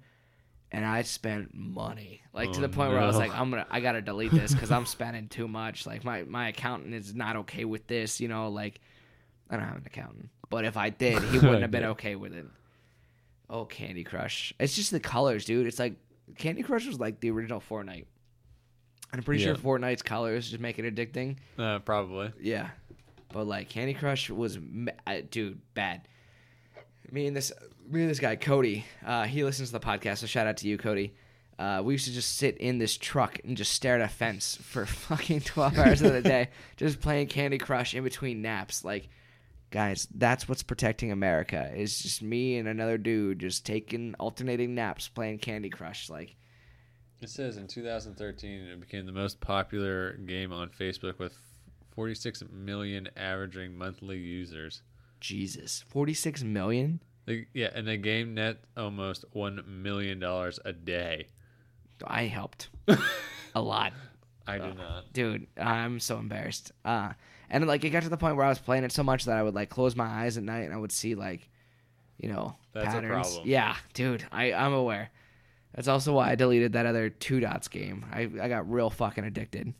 Speaker 1: And I spent money, like to
Speaker 2: Oh,
Speaker 1: the point where I was
Speaker 2: no.
Speaker 1: like, I'm gonna, I gotta delete this because I'm spending too much. Like my my accountant is not okay with this, you know. Like I don't have an accountant, but if I did, he wouldn't
Speaker 2: <laughs>
Speaker 1: have been
Speaker 2: Yeah.
Speaker 1: okay with it. Oh, Candy Crush! It's just the colors, dude. It's like Candy Crush was like the original Fortnite. And I'm pretty sure
Speaker 2: Yeah.
Speaker 1: Fortnite's colors just make it addicting.
Speaker 2: Uh, probably.
Speaker 1: Yeah, but like Candy Crush was, m I dude, bad. Me and this, me and this guy Cody, uh, he listens to the podcast. So shout out to you, Cody. Uh, we used to just sit in this truck and just stare at a fence for <laughs> fucking twelve hours of the day, just playing Candy Crush in between naps. Like, guys, that's what's protecting America. Is just me and another dude just taking alternating naps playing Candy Crush. Like,
Speaker 2: It says in 2013 it became the most popular game on Facebook with 46 million averaging monthly users.
Speaker 1: Jesus, forty six million.
Speaker 2: The, yeah, and the game nets almost one million dollars a day.
Speaker 1: I helped a lot.
Speaker 2: I do not.
Speaker 1: dude i'm so embarrassed uh and like it got to the point where i was playing it so much that i would like close my eyes at night and i would see like you know
Speaker 2: That's a
Speaker 1: patterns
Speaker 2: problem.
Speaker 1: yeah dude i i'm aware that's also why i deleted that other two dots game i i got real fucking addicted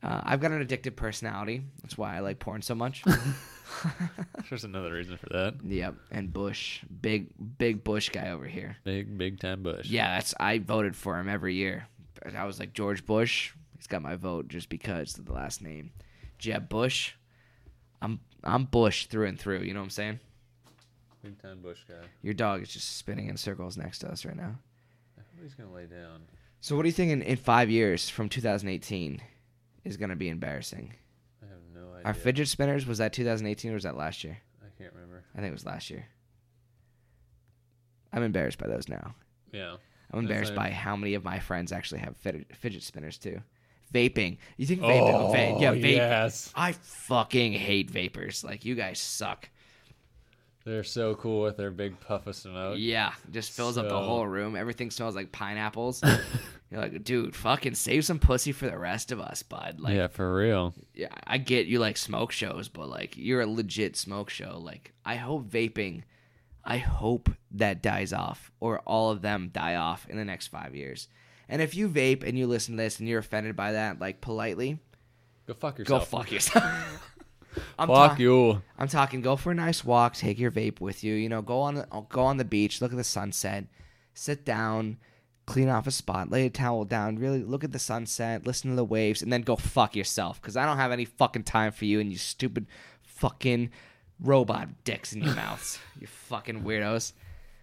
Speaker 1: uh, i've got an addictive personality that's why i like porn so
Speaker 2: <laughs>
Speaker 1: much
Speaker 2: <laughs> There's another reason for that.
Speaker 1: yep and bush big big bush guy over here
Speaker 2: Big big time bush.
Speaker 1: Yeah, that's I voted for him every year. But I was like George Bush. He's got my vote just because of the last name, Jeb Bush. I'm I'm Bush through and through. You know what I'm saying?
Speaker 2: Big time bush guy.
Speaker 1: Your dog is just spinning in circles next to us right now.
Speaker 2: I hope he's gonna lay down.
Speaker 1: So what do you think in, in five years from 2018 is gonna be embarrassing?
Speaker 2: I have no idea.
Speaker 1: Our fidget spinners was that 2018 or was that last year?
Speaker 2: I can't remember.
Speaker 1: I think it was last year. I'm embarrassed by those now.
Speaker 2: Yeah.
Speaker 1: I'm embarrassed
Speaker 2: same.
Speaker 1: by how many of my friends actually have fidget, fidget spinners too. Vaping. You think vaping?
Speaker 2: Oh,
Speaker 1: va- yeah, vape.
Speaker 2: yes.
Speaker 1: I fucking hate vapors. Like you guys suck.
Speaker 2: They're so cool with their big puff of smoke.
Speaker 1: Yeah, just fills up the
Speaker 2: So-
Speaker 1: whole room. Everything smells like pineapples. You're like, dude, fucking save some pussy for the rest of us, bud. Like, yeah.
Speaker 2: yeah, for real.
Speaker 1: I get you like smoke shows, but like you're a legit smoke show. Like, I hope vaping, I hope that dies off, or all of them die off in the next five years. And if you vape and you listen to this and you're offended by that, like politely,
Speaker 2: Go fuck
Speaker 1: go
Speaker 2: yourself.
Speaker 1: fuck yourself. I'm
Speaker 2: fuck
Speaker 1: ta-
Speaker 2: you.
Speaker 1: I'm talking. Go for a nice walk. Take your vape with you. You know, go on go on the beach. Look at the sunset. Sit down. Clean off a spot. Lay a towel down. Really look at the sunset. Listen to the waves, and then go fuck yourself. Because I don't have any fucking time for you and you stupid fucking robot dicks in your mouths. you fucking weirdos.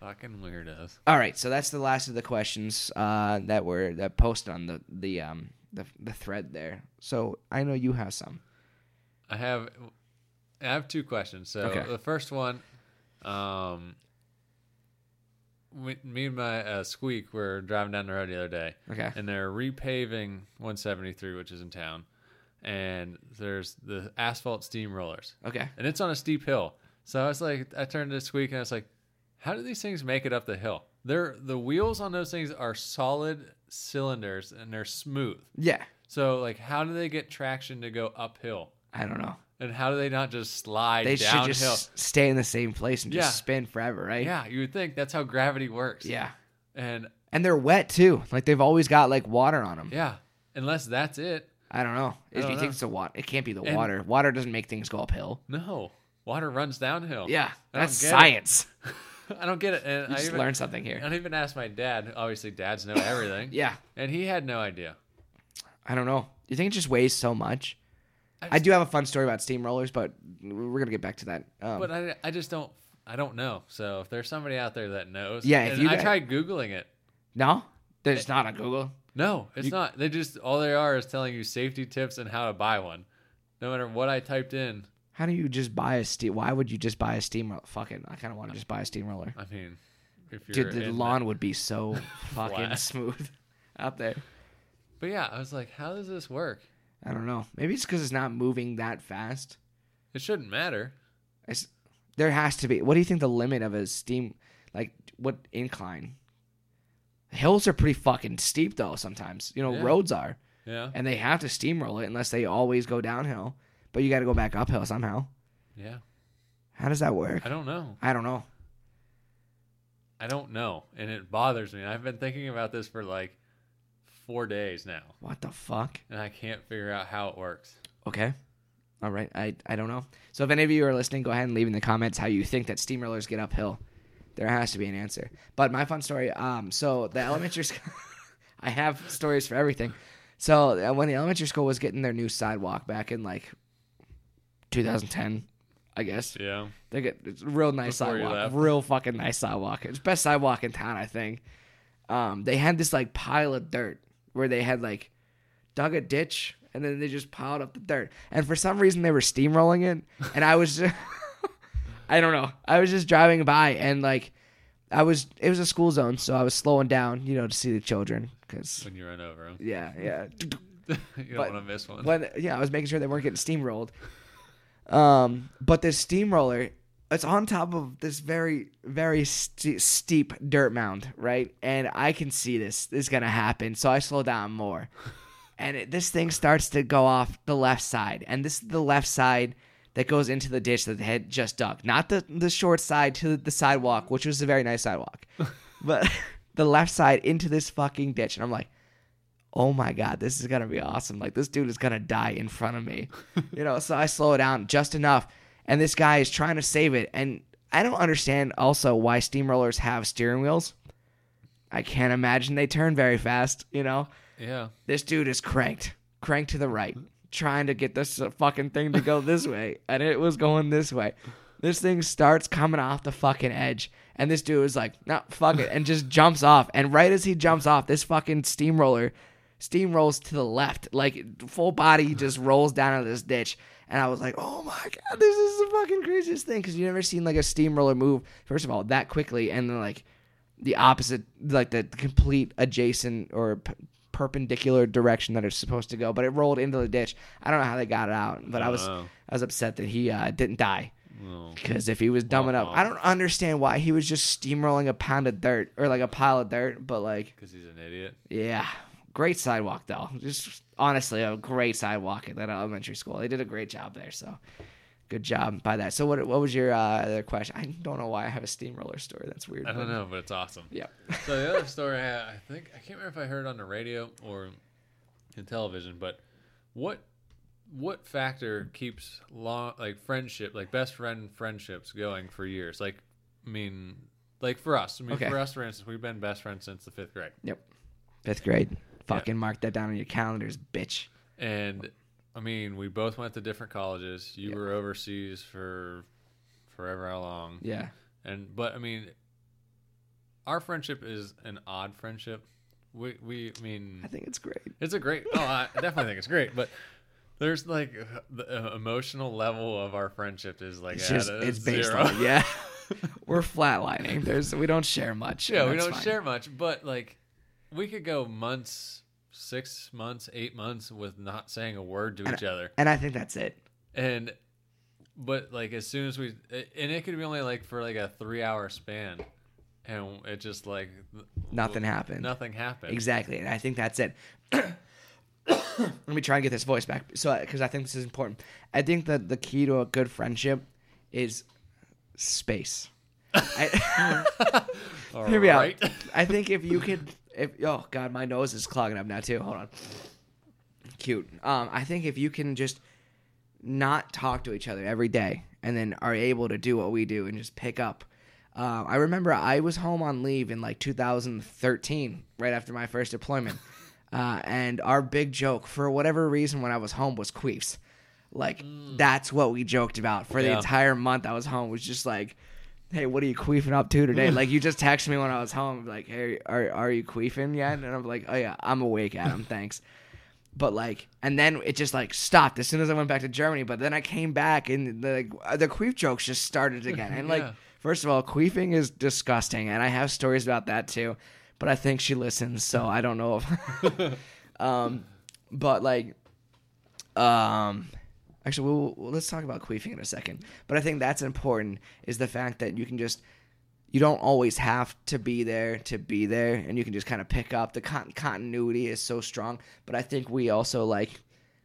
Speaker 2: Fucking weirdos.
Speaker 1: All right, so that's the last of the questions uh, that were that posted on the the um the, the thread there. So I know you have some.
Speaker 2: I have I have two questions. So
Speaker 1: Okay.
Speaker 2: the first one, um, we, me and my uh, squeak were driving down the road the other day,
Speaker 1: Okay.
Speaker 2: and they're repaving 173, which is in town, and there's the asphalt steamrollers,
Speaker 1: Okay.
Speaker 2: and it's on a steep hill. So I was like, I turned to squeak, and I was like, how do these things make it up the hill? They're the wheels on those things are solid cylinders, and they're smooth.
Speaker 1: Yeah.
Speaker 2: So like, how do they get traction to go uphill?
Speaker 1: I don't know.
Speaker 2: And how do they not just slide
Speaker 1: They
Speaker 2: downhill?
Speaker 1: should just s- stay in the same place and just
Speaker 2: Yeah.
Speaker 1: spin forever, right?
Speaker 2: yeah, you would think that's how gravity works.
Speaker 1: Yeah.
Speaker 2: And
Speaker 1: And they're wet too. Like they've always got like water on them.
Speaker 2: yeah, unless that's it.
Speaker 1: I don't know. If
Speaker 2: don't
Speaker 1: you
Speaker 2: know.
Speaker 1: think it's the water, it can't be the
Speaker 2: And-
Speaker 1: water. Water doesn't make things go uphill.
Speaker 2: No, water runs downhill.
Speaker 1: Yeah,
Speaker 2: Oh, I don't
Speaker 1: that's
Speaker 2: get it.
Speaker 1: science.
Speaker 2: <laughs> I don't get it. And
Speaker 1: You
Speaker 2: I
Speaker 1: just
Speaker 2: even,
Speaker 1: learned something here.
Speaker 2: I even asked my dad. Obviously, dads know everything.
Speaker 1: <laughs> Yeah,
Speaker 2: And he had no idea.
Speaker 1: I don't know. You think it just weighs so much? I, do have a fun story about steamrollers, but we're gonna get back to that. Um,
Speaker 2: But I, I just don't. I don't know. So if there's somebody out there that knows,
Speaker 1: Yeah, if
Speaker 2: and
Speaker 1: you
Speaker 2: I
Speaker 1: got-
Speaker 2: tried googling it.
Speaker 1: no, there's not on Google.
Speaker 2: No, it's not. They just all they are is telling you safety tips and how to buy one. No matter what I typed in,
Speaker 1: How do you just buy a steam? Why would you just buy a steamroller? Fucking, I kind of want to just buy a steamroller.
Speaker 2: I mean, if you're
Speaker 1: Dude, the
Speaker 2: in
Speaker 1: lawn would be
Speaker 2: <laughs>
Speaker 1: so fucking
Speaker 2: Flat.
Speaker 1: smooth <laughs> out there.
Speaker 2: But yeah, I was like, how does this work?
Speaker 1: I don't know. Maybe it's because it's not moving that fast.
Speaker 2: It shouldn't matter.
Speaker 1: It's, there has to be. What do you think the limit of a steam, like what incline? Hills are pretty fucking steep though. Sometimes you know
Speaker 2: Yeah.
Speaker 1: roads are,
Speaker 2: Yeah.
Speaker 1: and they have to steamroll it unless they always go downhill. But you got to go back uphill somehow.
Speaker 2: Yeah.
Speaker 1: How does that work?
Speaker 2: I don't know.
Speaker 1: I don't know.
Speaker 2: I don't know. And it bothers me. I've been thinking about this for like four days now,
Speaker 1: What the fuck?
Speaker 2: and I can't figure out how it works.
Speaker 1: Okay. All right. I, I don't know. So if any of you are listening, go ahead and leave in the comments how you think that steamrollers get uphill. There has to be an answer. But my fun story. Um, so the elementary school, <laughs> I have stories for everything. So uh, when the elementary school was getting their new sidewalk back in like 2010, I guess
Speaker 2: Yeah.
Speaker 1: they get it's a real nice
Speaker 2: Before you
Speaker 1: sidewalk,
Speaker 2: left.
Speaker 1: real fucking nice sidewalk. It's best sidewalk in town, I think. Um, they had this like pile of dirt where they had like dug a ditch and then they just piled up the dirt. And for some reason they were steamrolling it, and I was, <laughs> I don't know, I was just driving by and like, I was it was a school zone, so I was slowing down, you know, to see the children because
Speaker 2: When you run over them,
Speaker 1: yeah, yeah.
Speaker 2: <laughs> you
Speaker 1: But-
Speaker 2: don't want to miss one.
Speaker 1: But yeah, I was making sure they weren't getting steamrolled. Um, but this steamroller it's on top of this very very st- steep dirt mound right and i can see this this is gonna happen so i slow down more and it, this thing starts to go off the left side and this is the left side that goes into the ditch that they had just dug not the, the short side to the sidewalk which was a very nice sidewalk <laughs> but the left side into this fucking ditch and i'm like oh my god this is gonna be awesome like this dude is gonna die in front of me you know so i slow down just enough and this guy is trying to save it and i don't understand also why steamrollers have steering wheels i can't imagine they turn very fast you know
Speaker 2: Yeah.
Speaker 1: this dude is cranked, cranked to the right, trying to get this uh, fucking thing to go this way, and it was going this way. This thing starts coming off the fucking edge, and this dude is like, "No, fuck it," and just jumps off. And right as he jumps off, this fucking steamroller steamrolls to the left, like full body just rolls down into this ditch. And I was like, "Oh my god, this is the fucking craziest thing!" Because you never seen like a steamroller move first of all that quickly, and then like the opposite, like the complete adjacent or p- perpendicular direction that it's supposed to go, but it rolled into the ditch. I don't know how they got it out, but I was
Speaker 2: Oh.
Speaker 1: I was upset that he uh, didn't die
Speaker 2: Well,
Speaker 1: because if he was dumb enough, I don't understand why he was just steamrolling a pound of dirt or like a pile of dirt, but like
Speaker 2: because he's an idiot.
Speaker 1: yeah, great sidewalk though. Just honestly, a great sidewalk at that elementary school. They did a great job there, so. Good job by that. So what? What was your uh, other question? I don't know why I have a steamroller story. That's weird.
Speaker 2: I
Speaker 1: but-
Speaker 2: don't know, but it's awesome.
Speaker 1: Yeah.
Speaker 2: so the other story I, had, I think I can't remember if I heard it on the radio or in television, but what what factor keeps long like friendship, like best friend friendships going for years? Like I mean like for us. I mean
Speaker 1: Okay.
Speaker 2: for us for instance, we've been best friends since the fifth grade.
Speaker 1: Yep. Fifth grade. Fucking mark that down on your calendars, bitch.
Speaker 2: And I mean, we both went to different colleges. You were overseas for forever how long.
Speaker 1: Yeah.
Speaker 2: And but I mean our friendship is an odd friendship. We we I mean
Speaker 1: I think it's great.
Speaker 2: It's a great. Oh, I <laughs> definitely think it's great, but there's like the uh, emotional level of our friendship is like
Speaker 1: It's
Speaker 2: at
Speaker 1: just
Speaker 2: a
Speaker 1: it's based
Speaker 2: <laughs> zero.
Speaker 1: on yeah. We're flatlining. There's we don't share much.
Speaker 2: yeah,
Speaker 1: and
Speaker 2: we
Speaker 1: that's
Speaker 2: don't
Speaker 1: fine.
Speaker 2: share much, but like we could go months, six months, eight months with not saying a word to each other,
Speaker 1: And I think that's it.
Speaker 2: and but like as soon as we and it could be only like for like a three hour span, and it just like
Speaker 1: Nothing happened.
Speaker 2: Nothing happened.
Speaker 1: Exactly. And I think that's it. <coughs> Let me try and get this voice back. So, because I think this is important. I think that the key to a good friendship is
Speaker 2: <laughs>
Speaker 1: space. I,
Speaker 2: All
Speaker 1: Hear me out.
Speaker 2: right. <laughs>
Speaker 1: I think if you could, if oh god, my nose is clogging up now too. Hold on. Cute. Um, I think if you can just not talk to each other every day, and then are able to do what we do and just pick up. Um, I remember I was home on leave in like 2013, right after my first deployment, uh, and our big joke for whatever reason when I was home was queefs. Like that's what we joked about for the
Speaker 2: Yeah.
Speaker 1: entire month I was home was just like, hey, what are you queefing up to today? like you just texted me when I was home, like, hey, are are you queefing yet? And I'm like, oh yeah, I'm awake, Adam. Thanks. But like, and then it just like stopped as soon as I went back to Germany. But then I came back and the like, the queef jokes just started again. And like,
Speaker 2: Yeah.
Speaker 1: first of all, queefing is disgusting, and I have stories about that too. But I think she listens, so I don't know if. <laughs> um, but like, um, actually, we'll, we'll- let's talk about queefing in a second. But I think that's important is the fact that you can just you don't always have to be there to be there, and you can just kind of pick up. The con- continuity is so strong, but I think we also like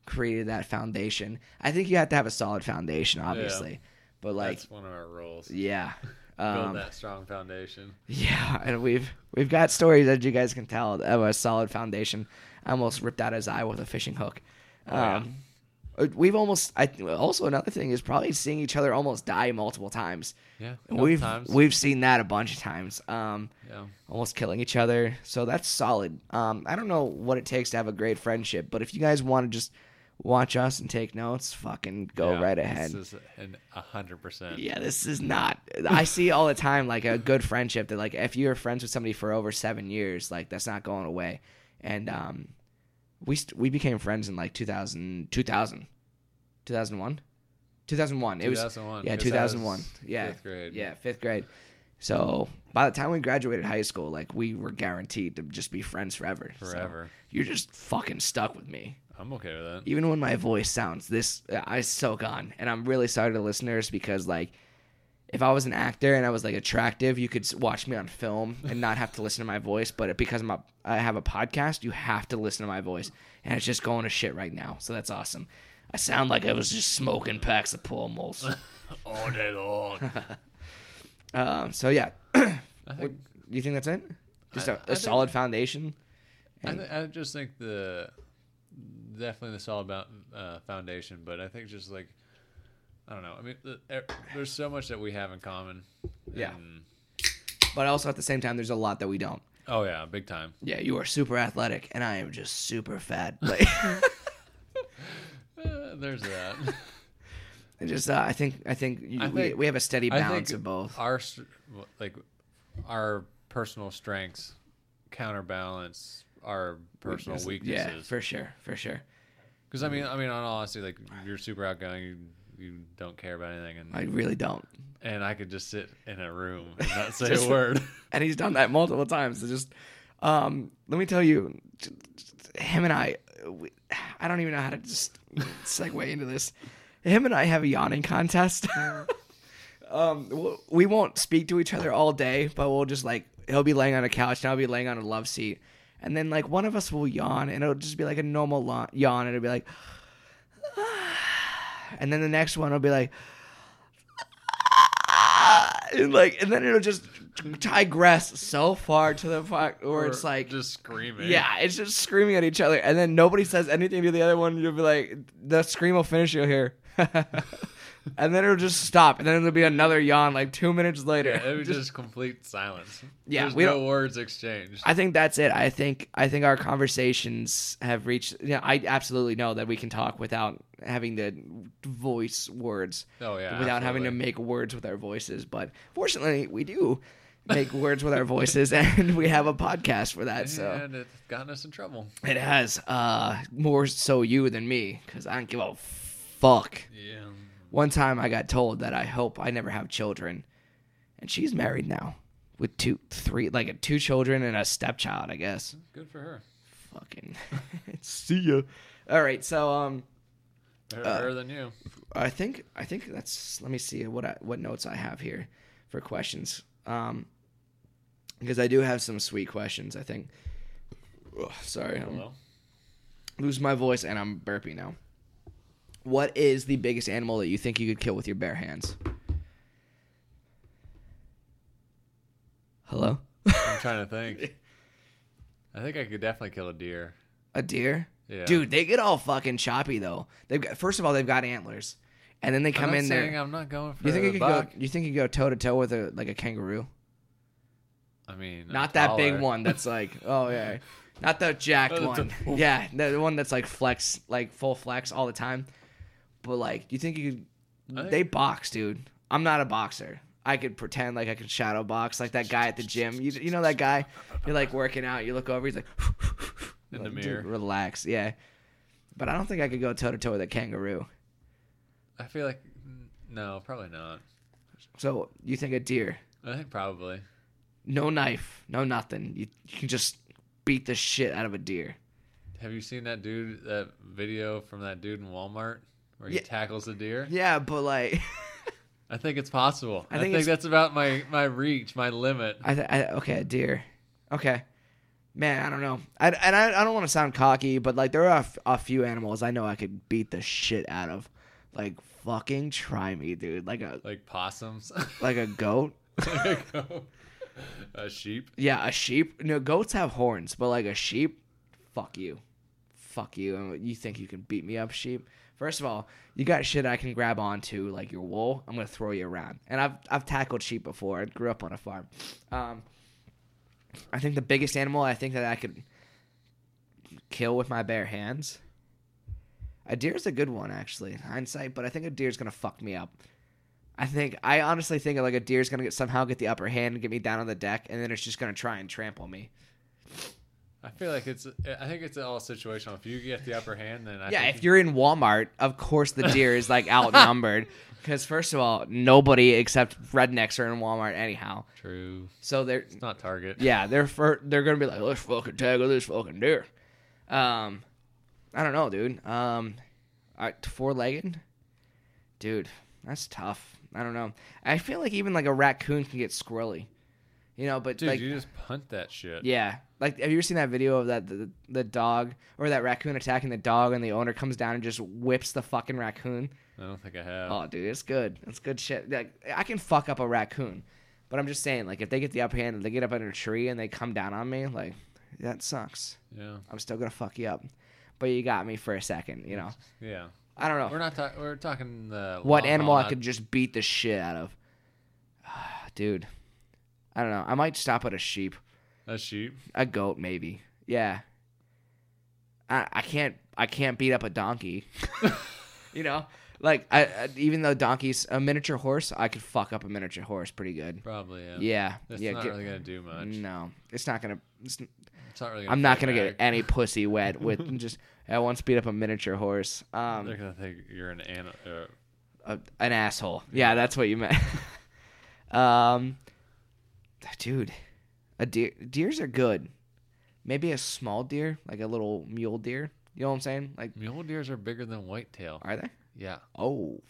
Speaker 1: created that foundation. I think you have to have a solid foundation, obviously, but <laughs> like
Speaker 2: That's one of our rules.
Speaker 1: yeah.
Speaker 2: Build
Speaker 1: Um,
Speaker 2: that strong foundation.
Speaker 1: yeah, and we've we've got stories as you guys can tell of a solid foundation. I almost ripped out his eye with a fishing hook.
Speaker 2: Oh, yeah.
Speaker 1: Um, uh, We've almost. I also another thing is probably seeing each other almost die multiple times.
Speaker 2: Yeah, a couple
Speaker 1: we've
Speaker 2: times.
Speaker 1: we've seen that a bunch of times. Um,
Speaker 2: Yeah.
Speaker 1: almost killing each other. So that's solid. Um, I don't know what it takes to have a great friendship, but if you guys want to just watch us and take notes, fucking go
Speaker 2: Yeah,
Speaker 1: right ahead.
Speaker 2: This is an a hundred percent.
Speaker 1: Yeah, this is not. I see all the time like a good friendship that like if you're friends with somebody for over seven years, like that's not going away. And um, we st- we became friends in like 2000, 2000, 2001, 2001. It was
Speaker 2: 2001,
Speaker 1: Yeah,
Speaker 2: 'cause that
Speaker 1: two thousand one.
Speaker 2: was
Speaker 1: Yeah,
Speaker 2: fifth grade.
Speaker 1: Yeah, fifth grade. So by the time we graduated high school, like we were guaranteed to just be friends forever. So
Speaker 2: Forever.
Speaker 1: you're just fucking stuck with me
Speaker 2: I'm okay with that.
Speaker 1: even when my voice sounds this i soak on and i'm really sorry to listeners because like if I was an actor and I was like attractive, you could s- watch me on film and not have to listen to my voice. But because I'm a, I have a podcast, you have to listen to my voice, and it's just going to shit right now. So that's awesome. I sound like I was just smoking packs of Pall
Speaker 2: <laughs>
Speaker 1: Malls.
Speaker 2: all day long.
Speaker 1: <laughs> um, so yeah,
Speaker 2: I
Speaker 1: <clears throat> What-
Speaker 2: think
Speaker 1: do you think that's it? Just a
Speaker 2: I-
Speaker 1: a
Speaker 2: I think-
Speaker 1: solid foundation.
Speaker 2: I, th- I just think the definitely this all about uh, foundation, but I think just like I don't know. I mean, the, er, there's so much that we have in common.
Speaker 1: Yeah.
Speaker 2: and-
Speaker 1: But also at the same time, there's a lot that we don't.
Speaker 2: oh yeah, big time.
Speaker 1: Yeah, you are super athletic, and I am just super fat. Like, <laughs>
Speaker 2: Uh, there's that. <laughs>
Speaker 1: I just uh, I think I think, you,
Speaker 2: I
Speaker 1: we,
Speaker 2: think-
Speaker 1: we have a steady
Speaker 2: I
Speaker 1: balance
Speaker 2: think
Speaker 1: of both.
Speaker 2: our str- like our personal strengths counterbalance our personal weaknesses.
Speaker 1: Yeah, for sure, for sure.
Speaker 2: Because I mean, I mean, on all honesty, like you're super outgoing. You, you don't care about anything, and
Speaker 1: I really don't.
Speaker 2: and I could just sit in a room and
Speaker 1: <laughs>
Speaker 2: not say
Speaker 1: Just-
Speaker 2: a word.
Speaker 1: and he's done that multiple times. It's just, um, let me tell you, j- j- him and I, we, I don't even know how to just segue into this. Him and I have a yawning contest. <laughs> um, w- we won't speak to each other all day, but we'll just like he'll be laying on a couch and I'll be laying on a love seat, and then like one of us will yawn and it'll just be like a normal lo- yawn and it'll be like, <sighs> and then the next one will be like. <sighs> And like, and then it'll just digress so far to the point where it's
Speaker 2: Or
Speaker 1: like
Speaker 2: <laughs> just screaming. <laughs>
Speaker 1: yeah, it's just screaming at each other, and then nobody says anything to the other one. You'll be like, the scream will finish. You'll hear, <laughs> and then it'll just stop, and then it'll be another yawn like two minutes later.
Speaker 2: Yeah, it was
Speaker 1: Just-
Speaker 2: just, complete silence.
Speaker 1: Yeah,
Speaker 2: There's
Speaker 1: we
Speaker 2: no
Speaker 1: don't-
Speaker 2: words exchanged.
Speaker 1: I think that's it. I think I think our conversations have reached. Yeah, I absolutely know that we can talk without having to voice words.
Speaker 2: Oh, yeah,
Speaker 1: without having to
Speaker 2: absolutely.
Speaker 1: make words with our voices. But fortunately, we do make words with our voices, <laughs> and we have a podcast for that. So.
Speaker 2: and it's gotten us in trouble.
Speaker 1: It has. Uh, more so you than me, because I don't give a fuck.
Speaker 2: Yeah.
Speaker 1: One time I got told that I hope I never have children, and she's married now with two, three, like two children and a stepchild, I guess.
Speaker 2: Good for her.
Speaker 1: Fucking <laughs> see ya. All right, so um,
Speaker 2: Better
Speaker 1: Uh,
Speaker 2: her than you.
Speaker 1: I think I think that's. Let me see what I, what notes I have here for questions. Um, because I do have some sweet questions. I think. Ugh, sorry, I'm-
Speaker 2: Hello.
Speaker 1: lose my voice and I'm burpy now. What is the biggest animal that you think you could kill with your bare hands? Hello? <laughs>
Speaker 2: I'm trying to think. I think I could definitely kill a deer.
Speaker 1: A deer?
Speaker 2: Yeah.
Speaker 1: Dude, they get all fucking choppy though. They've got first of all they've got antlers. And then they
Speaker 2: I'm
Speaker 1: come
Speaker 2: not
Speaker 1: in
Speaker 2: saying
Speaker 1: there.
Speaker 2: I'm not going for
Speaker 1: You think
Speaker 2: the
Speaker 1: you could
Speaker 2: buck.
Speaker 1: go you think you go toe to toe with a like a kangaroo?
Speaker 2: I mean, I'm
Speaker 1: Not that big
Speaker 2: taller.
Speaker 1: one that's
Speaker 2: <laughs>
Speaker 1: like, oh yeah. Not the jacked
Speaker 2: Oh,
Speaker 1: one.
Speaker 2: that's <laughs> a-
Speaker 1: Yeah, the one that's like flex, like full flex all the time. But like, you think you
Speaker 2: I
Speaker 1: could?
Speaker 2: think-
Speaker 1: They box, dude. I'm not a boxer. I could pretend like I could shadow box, like that guy at the gym. You, you know that guy? You're like working out. You look over. He's like, <laughs>
Speaker 2: In the
Speaker 1: Like, dude,
Speaker 2: mirror.
Speaker 1: relax, yeah. But I don't think I could go toe to toe with a kangaroo.
Speaker 2: I feel like no, probably not.
Speaker 1: So you think a deer?
Speaker 2: I think probably.
Speaker 1: No knife, no nothing. You, you can just beat the shit out of a deer.
Speaker 2: Have you seen that dude? That video from that dude in Walmart where he
Speaker 1: Yeah.
Speaker 2: tackles a deer.
Speaker 1: Yeah, but like. <laughs>
Speaker 2: I think it's possible.
Speaker 1: I
Speaker 2: I think,
Speaker 1: think it's-
Speaker 2: that's about my my reach, my limit.
Speaker 1: I, th- I okay, deer. Okay, man, I don't know. I and I, I don't want to sound cocky, but like there are a, f- a few animals I know I could beat the shit out of. Like fucking try me, dude. Like a
Speaker 2: Like possums, <laughs>
Speaker 1: like a goat.
Speaker 2: Like <laughs> a- a sheep.
Speaker 1: Yeah, a sheep. No, goats have horns, but like a sheep, fuck you, fuck you. And you think you can beat me up, sheep? First of all, you got shit I can grab onto, like your wool. I'm gonna throw you around. And I've I've tackled sheep before. I grew up on a farm. Um, I think the biggest animal I think that I could kill with my bare hands. A deer's a good one, actually, in hindsight. But I think a deer's gonna fuck me up. I think I honestly think like a deer's gonna get somehow get the upper hand and get me down on the deck, and then it's just gonna try and trample me.
Speaker 2: I feel like it's. I think it's all situational. If you get the upper hand, then I
Speaker 1: yeah,
Speaker 2: think
Speaker 1: if you're in Walmart, of course the deer is
Speaker 2: <laughs>
Speaker 1: like outnumbered, because first of all, nobody except rednecks are in Walmart anyhow.
Speaker 2: true.
Speaker 1: So they're
Speaker 2: It's not target.
Speaker 1: yeah, they're for, they're gonna be like let's fucking tackle this fucking deer. Um, I don't know, dude. Um, four legged, dude, that's tough. I don't know. I feel like even like a raccoon can get squirrely, you know. But
Speaker 2: Dude,
Speaker 1: like,
Speaker 2: you just punt that shit.
Speaker 1: yeah, like have you ever seen that video of that the, the dog or that raccoon attacking the dog, and the owner comes down and just whips the fucking raccoon?
Speaker 2: I don't think I have.
Speaker 1: Oh, dude, it's good. It's good shit. Like, I can fuck up a raccoon, but I'm just saying, like, if they get the upper hand and they get up under a tree and they come down on me, like, that sucks.
Speaker 2: Yeah.
Speaker 1: I'm still gonna fuck you up. But you got me for a second, you know.
Speaker 2: Yeah.
Speaker 1: I don't know
Speaker 2: We're not talking. We're talking
Speaker 1: oh.
Speaker 2: the
Speaker 1: what
Speaker 2: long
Speaker 1: animal
Speaker 2: haul,
Speaker 1: I
Speaker 2: not-
Speaker 1: could just beat the shit out of. <sighs> dude, I don't know. I might stop at a sheep,
Speaker 2: a sheep.
Speaker 1: a goat, maybe. Yeah. I I can't I can't beat up a
Speaker 2: <laughs>
Speaker 1: donkey. you know, like I, I even though donkeys a miniature horse, I could fuck up a miniature horse pretty good.
Speaker 2: Probably. Yeah.
Speaker 1: Yeah,
Speaker 2: That's
Speaker 1: yeah.
Speaker 2: not
Speaker 1: get-
Speaker 2: really gonna do much.
Speaker 1: no, it's not gonna. It's,
Speaker 2: It's not really. Gonna
Speaker 1: I'm not
Speaker 2: fight
Speaker 1: gonna get
Speaker 2: back.
Speaker 1: any pussy wet
Speaker 2: <laughs>
Speaker 1: with just. I once beat up a miniature horse. Um,
Speaker 2: They're gonna think you're an animal. Uh,
Speaker 1: a, an asshole. Yeah, that's what you meant. <laughs> um, dude, a deer. Deers are good. Maybe a small deer, like a little mule deer. You know what I'm saying? Like,
Speaker 2: mule deers are bigger than whitetail.
Speaker 1: are they?
Speaker 2: Yeah.
Speaker 1: Oh,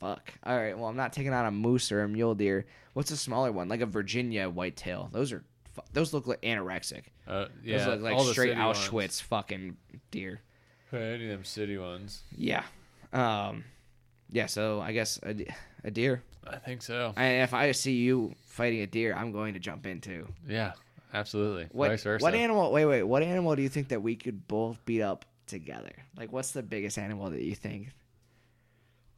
Speaker 1: fuck. All right. Well, I'm not taking on a moose or a mule deer. What's a smaller one? Like a Virginia whitetail. Those are. fu- Those look like anorexic.
Speaker 2: Uh, yeah.
Speaker 1: Those look like
Speaker 2: all the
Speaker 1: straight
Speaker 2: city
Speaker 1: Auschwitz
Speaker 2: Ones.
Speaker 1: fucking deer.
Speaker 2: Any of them city ones.
Speaker 1: Yeah. Um. Yeah. So I guess a, de- a deer.
Speaker 2: I think so.
Speaker 1: And if I see you fighting a deer, I'm going to jump in too.
Speaker 2: Yeah. Absolutely.
Speaker 1: What,
Speaker 2: Vice versa.
Speaker 1: what animal? Wait, wait. What animal do you think that we could both beat up together? Like, what's the biggest animal that you think?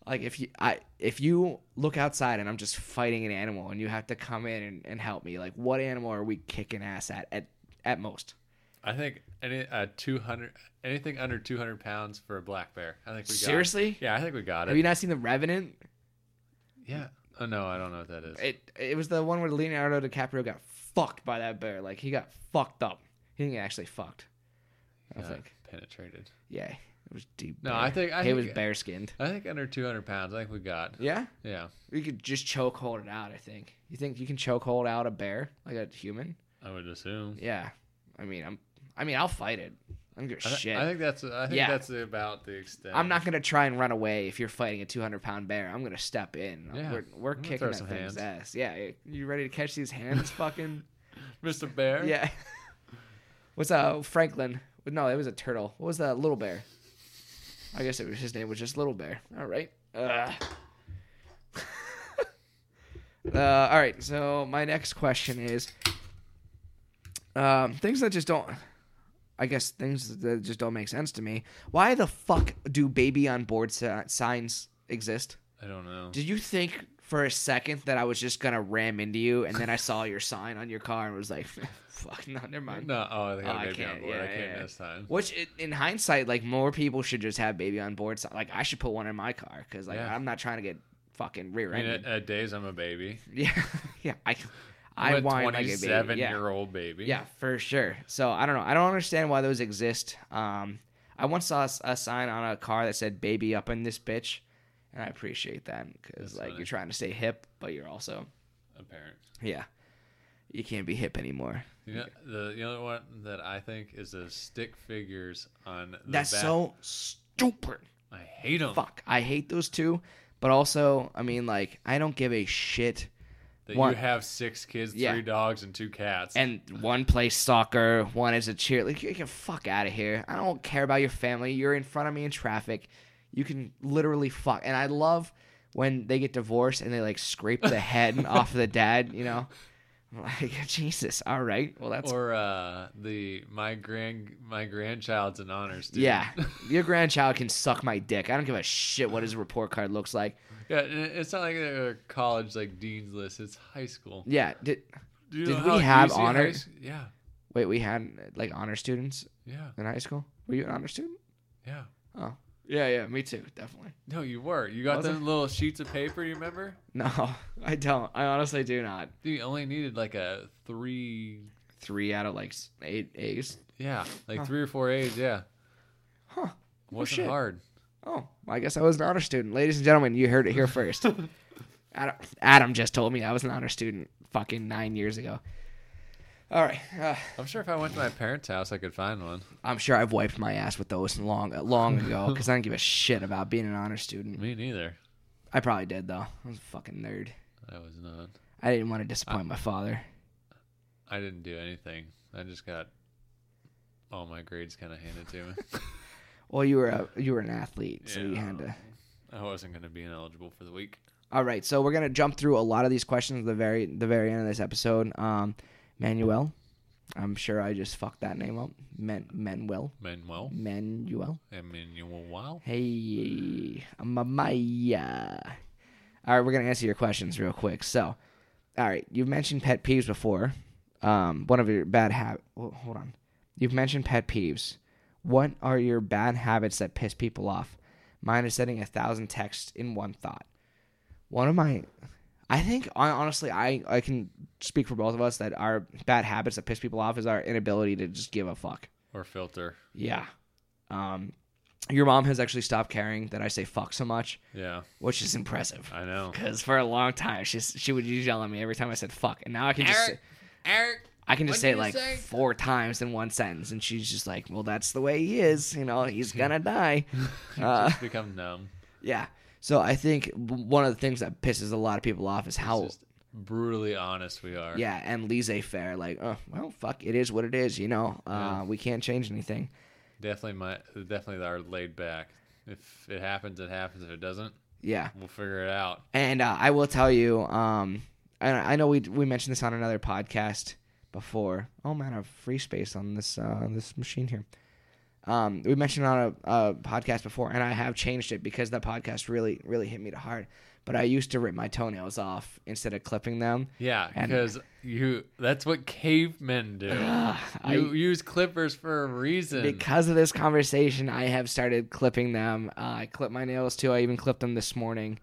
Speaker 1: Like, if you, I, if you look outside and I'm just fighting an animal and you have to come in and, and help me, like, what animal are we kicking ass at at at most?
Speaker 2: I think any uh, 200 anything under 200 pounds for a black bear. I think we got it.
Speaker 1: Seriously?
Speaker 2: Yeah, I think we got it.
Speaker 1: Have you not seen the Revenant?
Speaker 2: yeah. Oh no, I don't know what that is.
Speaker 1: It it was the one where Leonardo DiCaprio got fucked by that bear. Like, he got fucked up. He didn't get actually fucked. I
Speaker 2: Uh,
Speaker 1: think.
Speaker 2: penetrated.
Speaker 1: Yeah, it was deep.
Speaker 2: No, I think- I
Speaker 1: it was
Speaker 2: think-
Speaker 1: bare skinned.
Speaker 2: I think under 200 pounds. I think we got.
Speaker 1: Yeah,
Speaker 2: Yeah,
Speaker 1: we could just choke hold it out. I think. You think you can choke hold out a bear like a human?
Speaker 2: I would assume.
Speaker 1: Yeah, I mean, I'm. I mean, I'll fight it. I'm gonna
Speaker 2: I, thi-
Speaker 1: shit.
Speaker 2: I think that's. I think
Speaker 1: Yeah.
Speaker 2: that's about the extent.
Speaker 1: I'm not gonna try and run away if you're fighting a 200 pound bear. I'm gonna step in.
Speaker 2: Yeah.
Speaker 1: We're, we're
Speaker 2: I'm gonna
Speaker 1: kicking
Speaker 2: throw
Speaker 1: that
Speaker 2: some
Speaker 1: thing's
Speaker 2: hands.
Speaker 1: ass. Yeah, you- you ready to catch these
Speaker 2: <laughs>
Speaker 1: hands, fucking?
Speaker 2: Mr. Bear.
Speaker 1: Yeah. <laughs> What's uh Franklin? No, it was a turtle. What was that little bear? I guess it was his name was just Little Bear. All right. Ugh. <laughs> uh, all right. So my next question is, um, things that just don't, I guess things that just don't make sense to me. Why the fuck do baby on board si- signs exist?
Speaker 2: I don't know.
Speaker 1: Did you think for a second that I was just gonna ram into you, and then I saw your sign on your car and was like, <laughs> "Fuck, no, never mind."
Speaker 2: <laughs> No. Oh, I think
Speaker 1: Oh, I
Speaker 2: I got baby on
Speaker 1: can't,
Speaker 2: board.
Speaker 1: yeah,
Speaker 2: I can't
Speaker 1: yeah.
Speaker 2: this time.
Speaker 1: Which, i- in hindsight, like more people should just have baby on board. So, like I should put one in my car because like
Speaker 2: Yeah.
Speaker 1: I'm not trying to get fucking
Speaker 2: I mean,
Speaker 1: rear-ended.
Speaker 2: at, at days I'm a baby.
Speaker 1: <laughs> yeah, yeah. I, I
Speaker 2: I'm
Speaker 1: whine
Speaker 2: a
Speaker 1: like a baby. Yeah.
Speaker 2: year old baby.
Speaker 1: Yeah, for sure. So I don't know. I don't understand why those exist. Um, I once saw a, s- a sign on a car that said "Baby up in this bitch," and I appreciate that because
Speaker 2: That's
Speaker 1: like
Speaker 2: funny.
Speaker 1: you're trying to stay hip, but you're also
Speaker 2: A parent.
Speaker 1: yeah, you can't be hip anymore.
Speaker 2: You know, the the other one that I think is the stick figures on. The
Speaker 1: That's
Speaker 2: back.
Speaker 1: so stupid.
Speaker 2: I hate them.
Speaker 1: Fuck, I hate those two. But also, I mean, like I don't give a shit.
Speaker 2: That
Speaker 1: One-
Speaker 2: you have six kids,
Speaker 1: Yeah.
Speaker 2: three dogs, and two cats.
Speaker 1: And one plays soccer, one is a cheer. Like, get the fuck out of here. I don't care about your family. You're in front of me in traffic. You can literally fuck. And I love when they get divorced and they like scrape the <laughs> head off of the dad. You know, I'm like <laughs> Jesus. All right. Well, that's
Speaker 2: or uh, the my grand my grandchild's an honors.
Speaker 1: <laughs> <laughs>
Speaker 2: Dude.
Speaker 1: yeah. Your grandchild can suck my dick. I don't give a shit what his report card looks like.
Speaker 2: <laughs> yeah. and It's not like a college like dean's list. It's high school.
Speaker 1: Yeah. Did
Speaker 2: Do you
Speaker 1: Did
Speaker 2: know
Speaker 1: we
Speaker 2: how
Speaker 1: have
Speaker 2: easy high
Speaker 1: honor-
Speaker 2: sch- Yeah,
Speaker 1: wait. We had like honor students
Speaker 2: yeah,
Speaker 1: in high school. Were you an honor student?
Speaker 2: yeah.
Speaker 1: Oh. Yeah. Yeah. Me too. Definitely.
Speaker 2: No, you were. You got
Speaker 1: Was I?
Speaker 2: them little sheets of paper. You remember?
Speaker 1: No, <laughs> I don't. I honestly do not.
Speaker 2: Dude, you only needed like a three.
Speaker 1: three out of like s- eight A's.
Speaker 2: Yeah, like three or four A's. Yeah,
Speaker 1: Huh. Oh,
Speaker 2: wasn't
Speaker 1: shit.
Speaker 2: hard.
Speaker 1: Oh, well, I guess I was an honor student. Ladies and gentlemen, you heard it here first. Adam, Adam just told me I was an honor student fucking nine years ago. All right. Uh,
Speaker 2: I'm sure if I went to my parents' house, I could find one.
Speaker 1: I'm sure I've wiped uh, my ass with those long, long ago because I don't give a shit about being an honor student.
Speaker 2: Me neither.
Speaker 1: I probably did though. I was a fucking nerd.
Speaker 2: I was not.
Speaker 1: I didn't want to disappoint my father.
Speaker 2: I didn't do anything. I just got all my grades kind of handed to me.
Speaker 1: Well, you were a you were an athlete, so you
Speaker 2: Yeah.
Speaker 1: had to.
Speaker 2: I wasn't going to be ineligible for the week.
Speaker 1: All right, so we're gonna jump through a lot of these questions at the very the very end of this episode. Um, Manuel, I'm sure I just fucked that name up. Men Manuel
Speaker 2: Manuel.
Speaker 1: Manuel.
Speaker 2: Emmanuel. Wow.
Speaker 1: Hey, Maya. All right, we're gonna answer your questions real quick. So, all right, you've mentioned pet peeves before. Um, one of your bad habit. hold on, you've mentioned pet peeves. What are your bad habits that piss people off? Mine is sending a thousand texts in one thought. One of my, I think hon- honestly, I I can speak for both of us that our bad habits that piss people off is our inability to just give a fuck.
Speaker 2: Or filter.
Speaker 1: Yeah. Um, your mom has actually stopped caring that I say fuck so much,
Speaker 2: Yeah,
Speaker 1: which is impressive.
Speaker 2: I know.
Speaker 1: Because for a long time, she's, she would just yell at me every time I said fuck, and now I can just say,
Speaker 2: Eric.
Speaker 1: I can just
Speaker 2: what
Speaker 1: say
Speaker 2: did
Speaker 1: it
Speaker 2: you
Speaker 1: like
Speaker 2: say?
Speaker 1: four times in one sentence, and she's just like, "Well, that's the way he is. You know, he's
Speaker 2: <laughs>
Speaker 1: gonna die." Uh,
Speaker 2: Just become numb.
Speaker 1: yeah. So I think w- one of the things that pisses a lot of people off is how
Speaker 2: Just brutally honest we are.
Speaker 1: Yeah, and laissez faire, like, oh well, fuck, it is what it is, you know. Uh, We can't change anything.
Speaker 2: Definitely my definitely our laid back. If it happens, it happens. If it doesn't,
Speaker 1: Yeah,
Speaker 2: we'll figure it out.
Speaker 1: And uh, I will tell you, um, and I know we we mentioned this on another podcast before. Oh man, I have free space on this uh, this machine here. Um, we mentioned it on a, a podcast before, and I have changed it because that podcast really really hit me to heart. But I used to rip my toenails off instead of clipping them.
Speaker 2: Yeah,
Speaker 1: And-
Speaker 2: because you that's what cavemen do.
Speaker 1: I-
Speaker 2: you use clippers for a reason.
Speaker 1: Because of this conversation, I have started clipping them. Uh, I clip my nails too. I even clipped them this morning.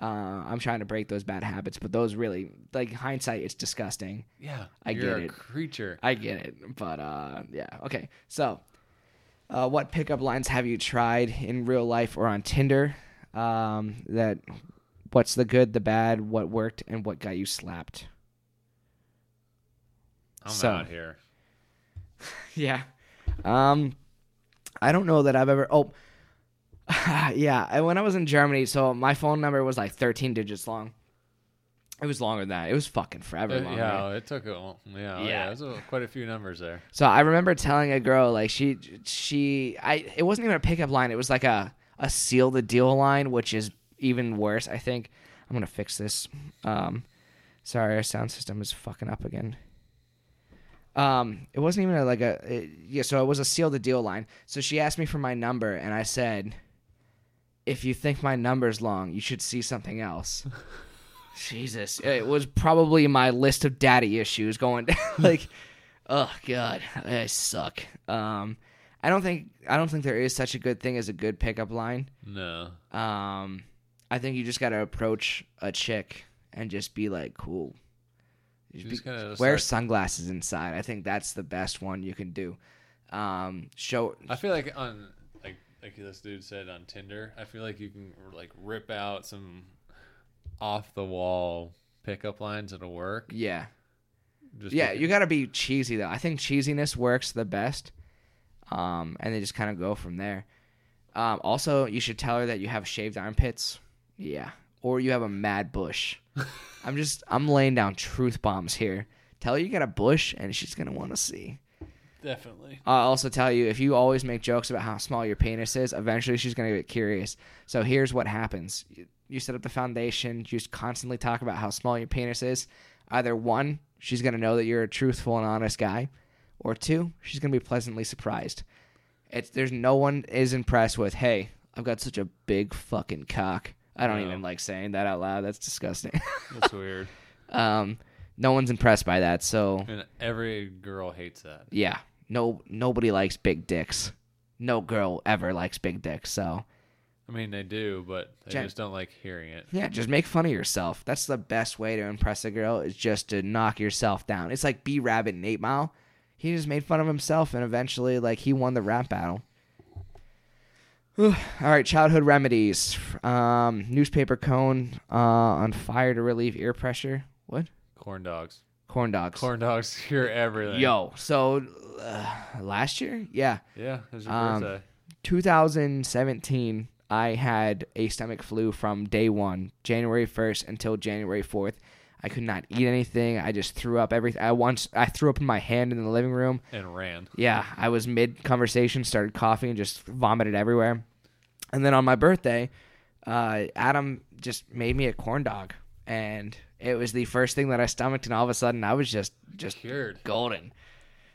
Speaker 1: Uh, I'm trying to break those bad habits, but those really, like hindsight, it's disgusting.
Speaker 2: yeah,
Speaker 1: I
Speaker 2: you're
Speaker 1: get
Speaker 2: a
Speaker 1: it.
Speaker 2: creature.
Speaker 1: I get it, but uh, yeah, okay. So, uh, what pickup lines have you tried in real life or on Tinder? Um, that what's the good, the bad, what worked, and what got you slapped?
Speaker 2: I'm
Speaker 1: so-
Speaker 2: out here.
Speaker 1: Yeah. Um, I don't know that I've ever. Oh, <laughs> yeah. I- When I was in Germany, so my phone number was like 13 digits long. It was longer than that. It was fucking forever
Speaker 2: Uh,
Speaker 1: long. right?
Speaker 2: yeah, it took a, yeah, yeah,
Speaker 1: Yeah.
Speaker 2: yeah. There's a- quite a few numbers there.
Speaker 1: So I remember telling a girl like she she I it wasn't even a pickup line. It was like a a seal the deal line, which is even worse. I think I'm gonna fix this. Um, sorry, our sound system is fucking up again. Um, it wasn't even a, like a it, yeah. So it was a seal the deal line. So she asked me for my number, and I said, "If you think my number's long, you should see something else." Jesus, it was probably my list of daddy issues going <laughs> down. like, oh god, I suck. Um, I don't think I don't think there is such a good thing as a good pickup line.
Speaker 2: No,
Speaker 1: Um, I think you just gotta approach a chick and just be like cool.
Speaker 2: You just gotta just
Speaker 1: wear
Speaker 2: start-
Speaker 1: sunglasses inside. I think that's the best one you can do. Um, show
Speaker 2: I feel like on like like this dude said on Tinder, I feel like you can like rip out some off the wall pickup lines that'll work.
Speaker 1: yeah.
Speaker 2: Just
Speaker 1: Yeah,
Speaker 2: because-
Speaker 1: you got to be cheesy though. I think cheesiness works the best, um, and they just kind of go from there. Um, also, you should tell her that you have shaved armpits. Yeah, or you have a mad
Speaker 2: <laughs>
Speaker 1: bush. I'm just I'm laying down truth bombs here. Tell her you got a bush, and she's gonna want to see.
Speaker 2: definitely.
Speaker 1: I'll also tell you if you always make jokes about how small your penis is, eventually she's going to get curious. So here's what happens You- you set up the foundation, you just constantly talk about how small your penis is. Either one, she's going to know that you're a truthful and honest guy, or two, she's going to be pleasantly surprised. It's there's no one is impressed with, "Hey, I've got such a big fucking cock." I don't
Speaker 2: No.
Speaker 1: even like saying that out loud. That's disgusting. <laughs>
Speaker 2: That's weird.
Speaker 1: um, no one's impressed by that. So
Speaker 2: And every girl hates that.
Speaker 1: yeah. No nobody likes big dicks. No girl ever likes big dicks, so
Speaker 2: I mean, they do, but they
Speaker 1: Jen-
Speaker 2: just don't like hearing it.
Speaker 1: yeah, just make fun of yourself. That's the best way to impress a girl is just to knock yourself down. It's like B Rabbit and Eight Mile. He just made fun of himself and eventually like he won the rap battle. <sighs> Whew. All right, childhood remedies. Um, newspaper cone uh, on fire to relieve ear pressure. What?
Speaker 2: Corn dogs.
Speaker 1: Corn dogs.
Speaker 2: Corn dogs <laughs> cure everything.
Speaker 1: Yo, so uh, last year, yeah,
Speaker 2: Yeah, it's your
Speaker 1: Um,
Speaker 2: birthday.
Speaker 1: 2017, I had a stomach flu from day one, January 1st until January 4th. I could not eat anything. I just threw up everything. I once I threw up in my hand in the living room.
Speaker 2: and ran.
Speaker 1: Yeah, I was mid conversation, started coughing, and just vomited everywhere. And then on my birthday, uh, Adam just made me a corn dog, and it was the first thing that I stomached, and all of a sudden I was just just
Speaker 2: Cured.
Speaker 1: golden.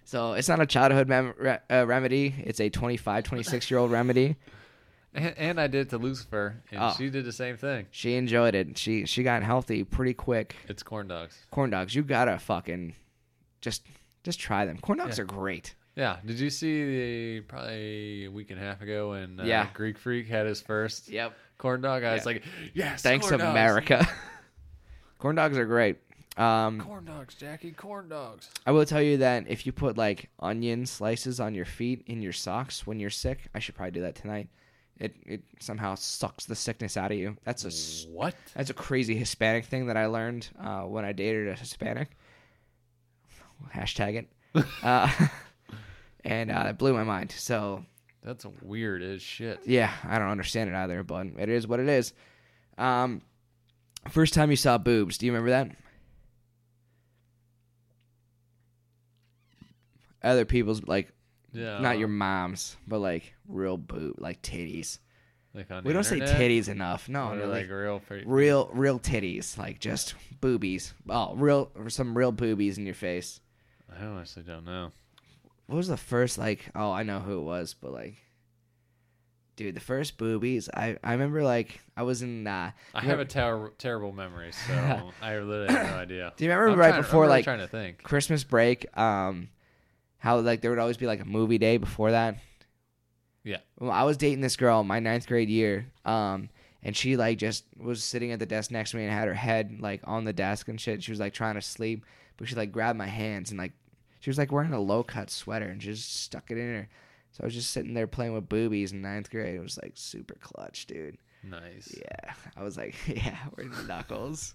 Speaker 1: So it's not a childhood mem- re- uh, remedy; it's a 25, 26 year old remedy.
Speaker 2: And, and I did it to Lucifer, and
Speaker 1: Oh.
Speaker 2: she did the same thing.
Speaker 1: She enjoyed it. She she got healthy pretty quick.
Speaker 2: It's corn dogs.
Speaker 1: Corn dogs, you gotta fucking just just try them. Corn dogs are great.
Speaker 2: Yeah. Did you see the probably a week and a half ago when uh,
Speaker 1: Yeah.
Speaker 2: Greek Freak had his first
Speaker 1: Yep.
Speaker 2: corn dog? I was like, yes.
Speaker 1: Thanks,
Speaker 2: corn dogs.
Speaker 1: America. <laughs> corn dogs are great. Um,
Speaker 2: Corn dogs, Jackie. Corn dogs.
Speaker 1: I will tell you that if you put like onion slices on your feet in your socks when you're sick, I should probably do that tonight. It it somehow sucks the sickness out of you. That's a s-
Speaker 2: What?
Speaker 1: that's a crazy Hispanic thing that I learned uh, when I dated a Hispanic. <laughs> Hashtag
Speaker 2: <laughs>
Speaker 1: it. uh, <laughs> and uh, it blew my mind. So
Speaker 2: That's weird as shit.
Speaker 1: yeah, I don't understand it either, but it is what it is. Um, first time you saw boobs, do you remember that? Other people's like
Speaker 2: Yeah.
Speaker 1: not your mom's, but like real boob, like titties.
Speaker 2: Like on
Speaker 1: We don't say
Speaker 2: internet?
Speaker 1: titties enough. No,
Speaker 2: Or
Speaker 1: no,
Speaker 2: like
Speaker 1: like,
Speaker 2: real pretty.
Speaker 1: real, real titties, like just boobies. Oh, real, or some real boobies in your face.
Speaker 2: I honestly don't know.
Speaker 1: What was the first like? Oh, I know who it was, but like, dude, the first boobies. I I remember like I was in. Uh,
Speaker 2: I
Speaker 1: you
Speaker 2: have
Speaker 1: remember-
Speaker 2: a ter- terrible memory,
Speaker 1: <laughs>
Speaker 2: so I
Speaker 1: <coughs>
Speaker 2: literally have no idea.
Speaker 1: Do you remember
Speaker 2: I'm
Speaker 1: right
Speaker 2: trying-
Speaker 1: before
Speaker 2: I'm really
Speaker 1: like
Speaker 2: trying to think?
Speaker 1: Christmas break? Um, how like there would always be like a movie day before that.
Speaker 2: Yeah.
Speaker 1: Well, I was dating this girl my ninth grade year. Um, and she like just was sitting at the desk next to me and had her head like on the desk and shit. She was like trying to sleep, but she like grabbed my hands and like she was like wearing a low cut sweater and she just stuck it in her. So I was just sitting there playing with boobies in ninth grade. It was like super clutch, dude.
Speaker 2: Nice.
Speaker 1: Yeah, I was like, <laughs> yeah, we're in the knuckles.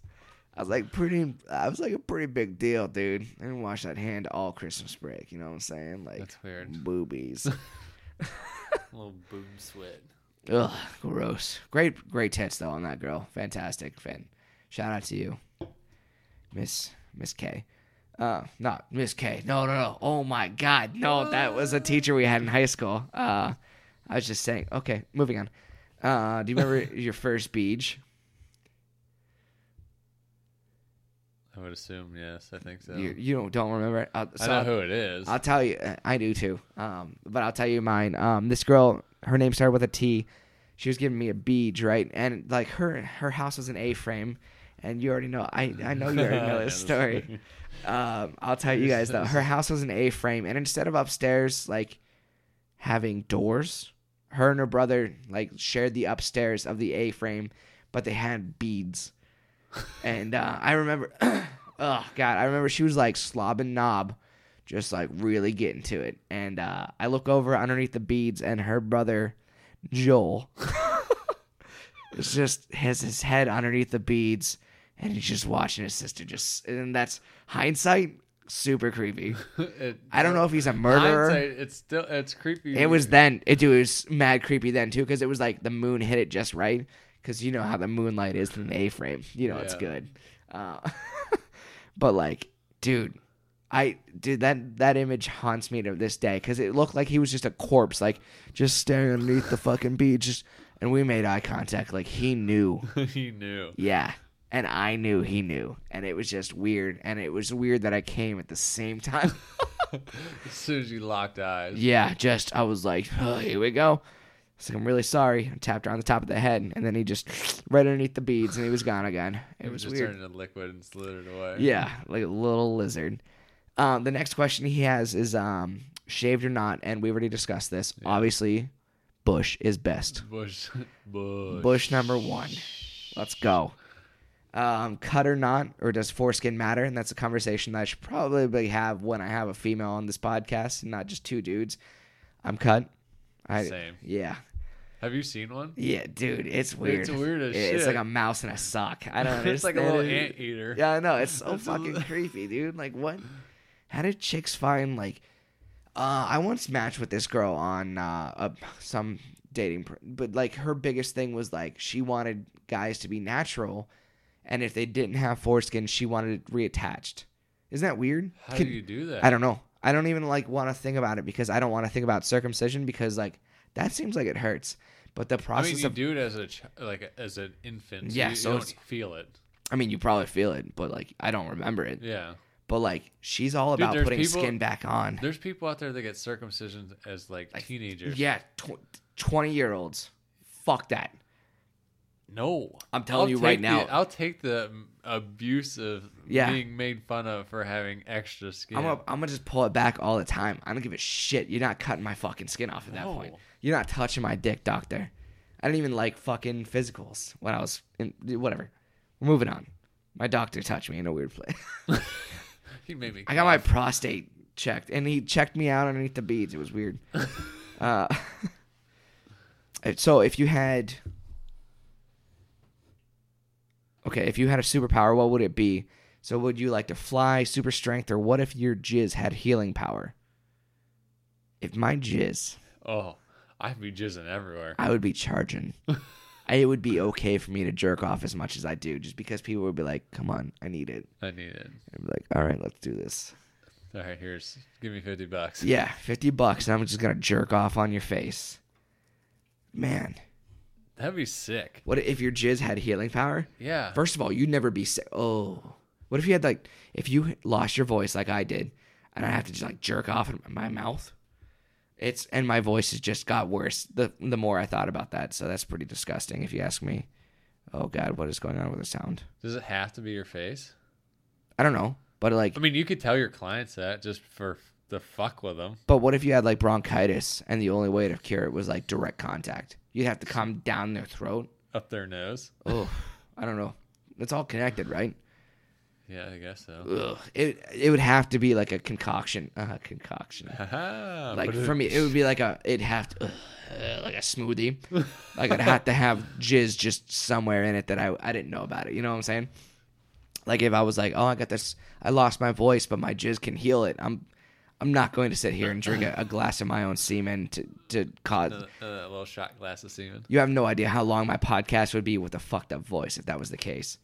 Speaker 1: I was like, pretty. I was like a pretty big deal, dude. I didn't wash that hand all Christmas break. You know what I'm saying? Like
Speaker 2: That's weird. <laughs>
Speaker 1: boobies.
Speaker 2: little boob sweat.
Speaker 1: Ugh, gross. Great, great tits though on that girl. Fantastic, Finn. Shout out to you, Miss Miss K. Uh, not Miss K. No, no, no. Oh my God, no. That was a teacher we had in high school. Uh, I was just saying. Okay, moving on. Uh, do you
Speaker 2: <laughs>
Speaker 1: remember your first beach?
Speaker 2: I would assume yes. I think so.
Speaker 1: You, you don't, don't remember it. Uh, so
Speaker 2: I know who it is.
Speaker 1: I'll tell you. I do too. Um, but I'll tell you mine. Um, this girl, her name started with a T. She was giving me a beach, right? And like her, her house was an A-frame, and you already know. I I know you already know
Speaker 2: <laughs> Yeah,
Speaker 1: this
Speaker 2: this-
Speaker 1: story. Um, I'll tell you guys though. Her house was an A-frame, and instead of upstairs like having doors, her and her brother like shared the upstairs of the A-frame, but they had beads. And uh, I remember, <coughs> oh god, I remember she was like slobbing knob, just like really getting to it. And uh, I look over underneath the beads, and her brother, Joel, is just has his head underneath the beads, and he's just watching his sister. Just and that's hindsight, super creepy.
Speaker 2: <laughs> It-
Speaker 1: I don't know if he's a murderer.
Speaker 2: hindsight, it's still it's creepy.
Speaker 1: It
Speaker 2: <laughs>
Speaker 1: was then. It, dude, it was mad creepy then too, because it was like the moon hit it just right. Because you know how the moonlight is in the A frame. You know it's
Speaker 2: Yeah.
Speaker 1: good. Uh, <laughs> but like, dude, I dude that that image haunts me to this day because it looked like he was just a corpse, like just staring underneath the fucking beach. Just, and we made eye contact, like he knew.
Speaker 2: he knew.
Speaker 1: Yeah. And I knew he knew. And it was just weird. And it was weird that I came at the same <laughs> time.
Speaker 2: As soon as you locked eyes.
Speaker 1: Yeah, just I was like, oh, here we go. It's like I'm really sorry. I tapped her on the top of the head, and then he just <sniffs> right underneath the beads, and he was gone
Speaker 2: <laughs>
Speaker 1: again. It
Speaker 2: It
Speaker 1: was
Speaker 2: just
Speaker 1: weird.
Speaker 2: turned into liquid and slithered away.
Speaker 1: Yeah, like a little lizard. Um, the next question he has is um, shaved or not, and we already discussed this. Obviously, Bush is best.
Speaker 2: Bush. <laughs> Bush.
Speaker 1: Bush number one. Let's go. Um, cut or not, or does foreskin matter? And that's a conversation that I should probably have when I have a female on this podcast and not just two dudes. I'm cut. I,
Speaker 2: Same.
Speaker 1: Yeah.
Speaker 2: Have you seen one?
Speaker 1: Yeah, dude, it's weird.
Speaker 2: weird as
Speaker 1: It- It's like
Speaker 2: shit.
Speaker 1: a mouse in a sock. I
Speaker 2: <laughs>
Speaker 1: don't
Speaker 2: it's like a
Speaker 1: understand
Speaker 2: little
Speaker 1: it.
Speaker 2: anteater.
Speaker 1: Yeah, I know. It's so
Speaker 2: That's a
Speaker 1: fucking
Speaker 2: li-
Speaker 1: creepy, dude. Like, what? How did chicks find like? Uh, I once matched with this girl on uh, a, some dating, pr- but like her biggest thing was like she wanted guys to be natural, and if they didn't have foreskin, she wanted it reattached. Isn't that weird?
Speaker 2: How
Speaker 1: Could-
Speaker 2: do you do that?
Speaker 1: I don't know. I don't even like want to think about it because I don't want to think about circumcision because like that seems like it hurts. But the
Speaker 2: I
Speaker 1: process
Speaker 2: mean, you
Speaker 1: of
Speaker 2: do it as a ch- like as an infant. so
Speaker 1: Yeah,
Speaker 2: you,
Speaker 1: so
Speaker 2: you
Speaker 1: it's-
Speaker 2: don't feel it.
Speaker 1: I mean, you probably feel it, but like I don't remember it.
Speaker 2: Yeah,
Speaker 1: But like she's all
Speaker 2: Dude,
Speaker 1: about
Speaker 2: there's
Speaker 1: putting
Speaker 2: people-
Speaker 1: skin back on.
Speaker 2: there's people out there that get circumcisions as like, teenagers.
Speaker 1: Yeah, tw- twenty year olds. Fuck that.
Speaker 2: No,
Speaker 1: I'm telling you
Speaker 2: take
Speaker 1: right now.
Speaker 2: the- I'll take the abuse of
Speaker 1: Yeah.
Speaker 2: being made fun of for having extra skin.
Speaker 1: I'm
Speaker 2: <laughs>
Speaker 1: gonna I'm gonna just pull it back all the time. I don't give a shit. You're not cutting my fucking skin off at that
Speaker 2: No.
Speaker 1: point. You're not touching my dick, doctor. I didn't even like fucking physicals when I was in whatever. We're moving on. My doctor touched me in a weird place.
Speaker 2: he made me.
Speaker 1: I got my prostate checked, and he checked me out underneath the beads. It was weird. uh, so if you had, okay, if you had a superpower, what would it be? So would you like to fly, super strength, or what if your jizz had healing power? If my jizz,
Speaker 2: Oh, I'd be jizzing everywhere.
Speaker 1: I would be charging. I- it would be okay for me to jerk off as much as I do, just because people would be like, "Come on, I need it."
Speaker 2: I need it.
Speaker 1: I'd be like, "All right, let's do this."
Speaker 2: All right, here's give me fifty bucks.
Speaker 1: Yeah, 50 bucks, and I'm just going to jerk off on your face. Man,
Speaker 2: That'd be sick.
Speaker 1: what if your jizz had healing power?
Speaker 2: Yeah.
Speaker 1: First of all, you'd never be sick. Oh. What if you had, like, if you lost your voice like I did, and I have to just, like, jerk off in my mouth? It's, and my voice has just got worse the, the more I thought about that. So that's pretty disgusting if you ask me. Oh, God, what is going on with the sound?
Speaker 2: Does it have to be your face?
Speaker 1: I don't know. But, like,
Speaker 2: I mean, you could tell your clients that just for the fuck with them.
Speaker 1: But what if you had like bronchitis and the only way to cure it was like direct contact? You'd have to come down their throat.
Speaker 2: Up their nose.
Speaker 1: Oh, <sighs> I don't know. It's all connected, right?
Speaker 2: Yeah, I guess so.
Speaker 1: Ugh. It it would have to be like a concoction, uh, concoction.
Speaker 2: Haha,
Speaker 1: Like
Speaker 2: but it-
Speaker 1: for me, it would be like a it'd have to ugh, uh, like a smoothie. Like I'd have to have jizz just somewhere in it that I I didn't know about it. You know what I'm saying? Like if I was like, oh, I got this, I lost my voice, but my jizz can heal it. I'm I'm not going to sit here and drink a, a glass of my own semen to to cause.
Speaker 2: uh, uh, a little shot glass of semen.
Speaker 1: You have no idea how long my podcast would be with a fucked up voice if that was the case,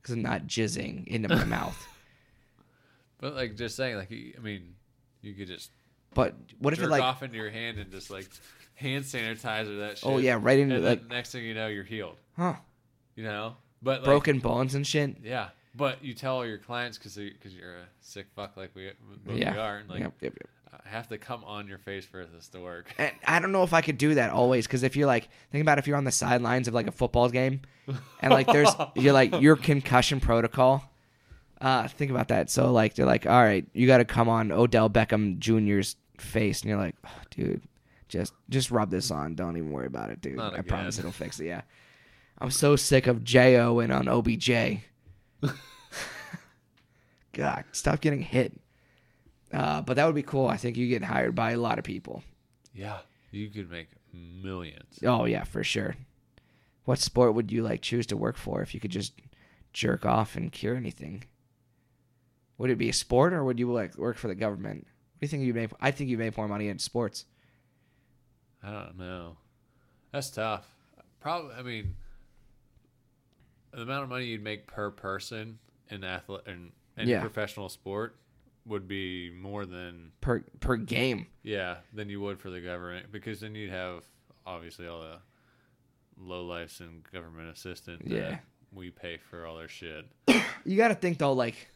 Speaker 1: because I'm not jizzing into
Speaker 2: <laughs>
Speaker 1: my mouth.
Speaker 2: But like just saying, like you- I mean, you could just
Speaker 1: But what if
Speaker 2: jerk
Speaker 1: it like
Speaker 2: off into your hand and just like hand sanitizer that shit.
Speaker 1: Oh, yeah, right into,
Speaker 2: and
Speaker 1: like-
Speaker 2: then next thing you know, you're healed.
Speaker 1: huh
Speaker 2: You know, but like,
Speaker 1: broken bones and shit?
Speaker 2: Yeah, but you tell all your clients because because you're a sick fuck like we both
Speaker 1: yeah,
Speaker 2: we are, and like
Speaker 1: Yep, yep, yep.
Speaker 2: I have to come on your face for this to work. <laughs>
Speaker 1: And I don't know if I could do that always because if you're like think about if you're on the sidelines of like a football game, and like
Speaker 2: <laughs>
Speaker 1: there's you're like your concussion protocol. Uh, think about that. So like they're like, all right, you got to come on Odell Beckham Jr.'s face, and you're like, oh, dude, just just rub this on. Don't even worry about it, dude.
Speaker 2: Not
Speaker 1: I promise
Speaker 2: again.
Speaker 1: it'll fix it. Yeah, I'm so sick of Jo and on OBJ.
Speaker 2: <laughs>
Speaker 1: God, stop getting hit. Uh, but that would be cool. I think you get hired by a lot of people.
Speaker 2: Yeah, you could make millions.
Speaker 1: Oh yeah, for sure. What sport would you like choose to work for if you could just jerk off and cure anything? Would it be a sport or would you like work for the government? What do you think you make? I think you make more money in sports.
Speaker 2: I don't know. That's tough. Probably. I mean, the amount of money you'd make per person in athlete and in,
Speaker 1: Yeah.
Speaker 2: professional sport would be more than
Speaker 1: per per game.
Speaker 2: yeah than you would for the government because then you'd have obviously all the low lifes and government assistance. that
Speaker 1: Yeah.
Speaker 2: we pay for all their shit.
Speaker 1: You got to think though, like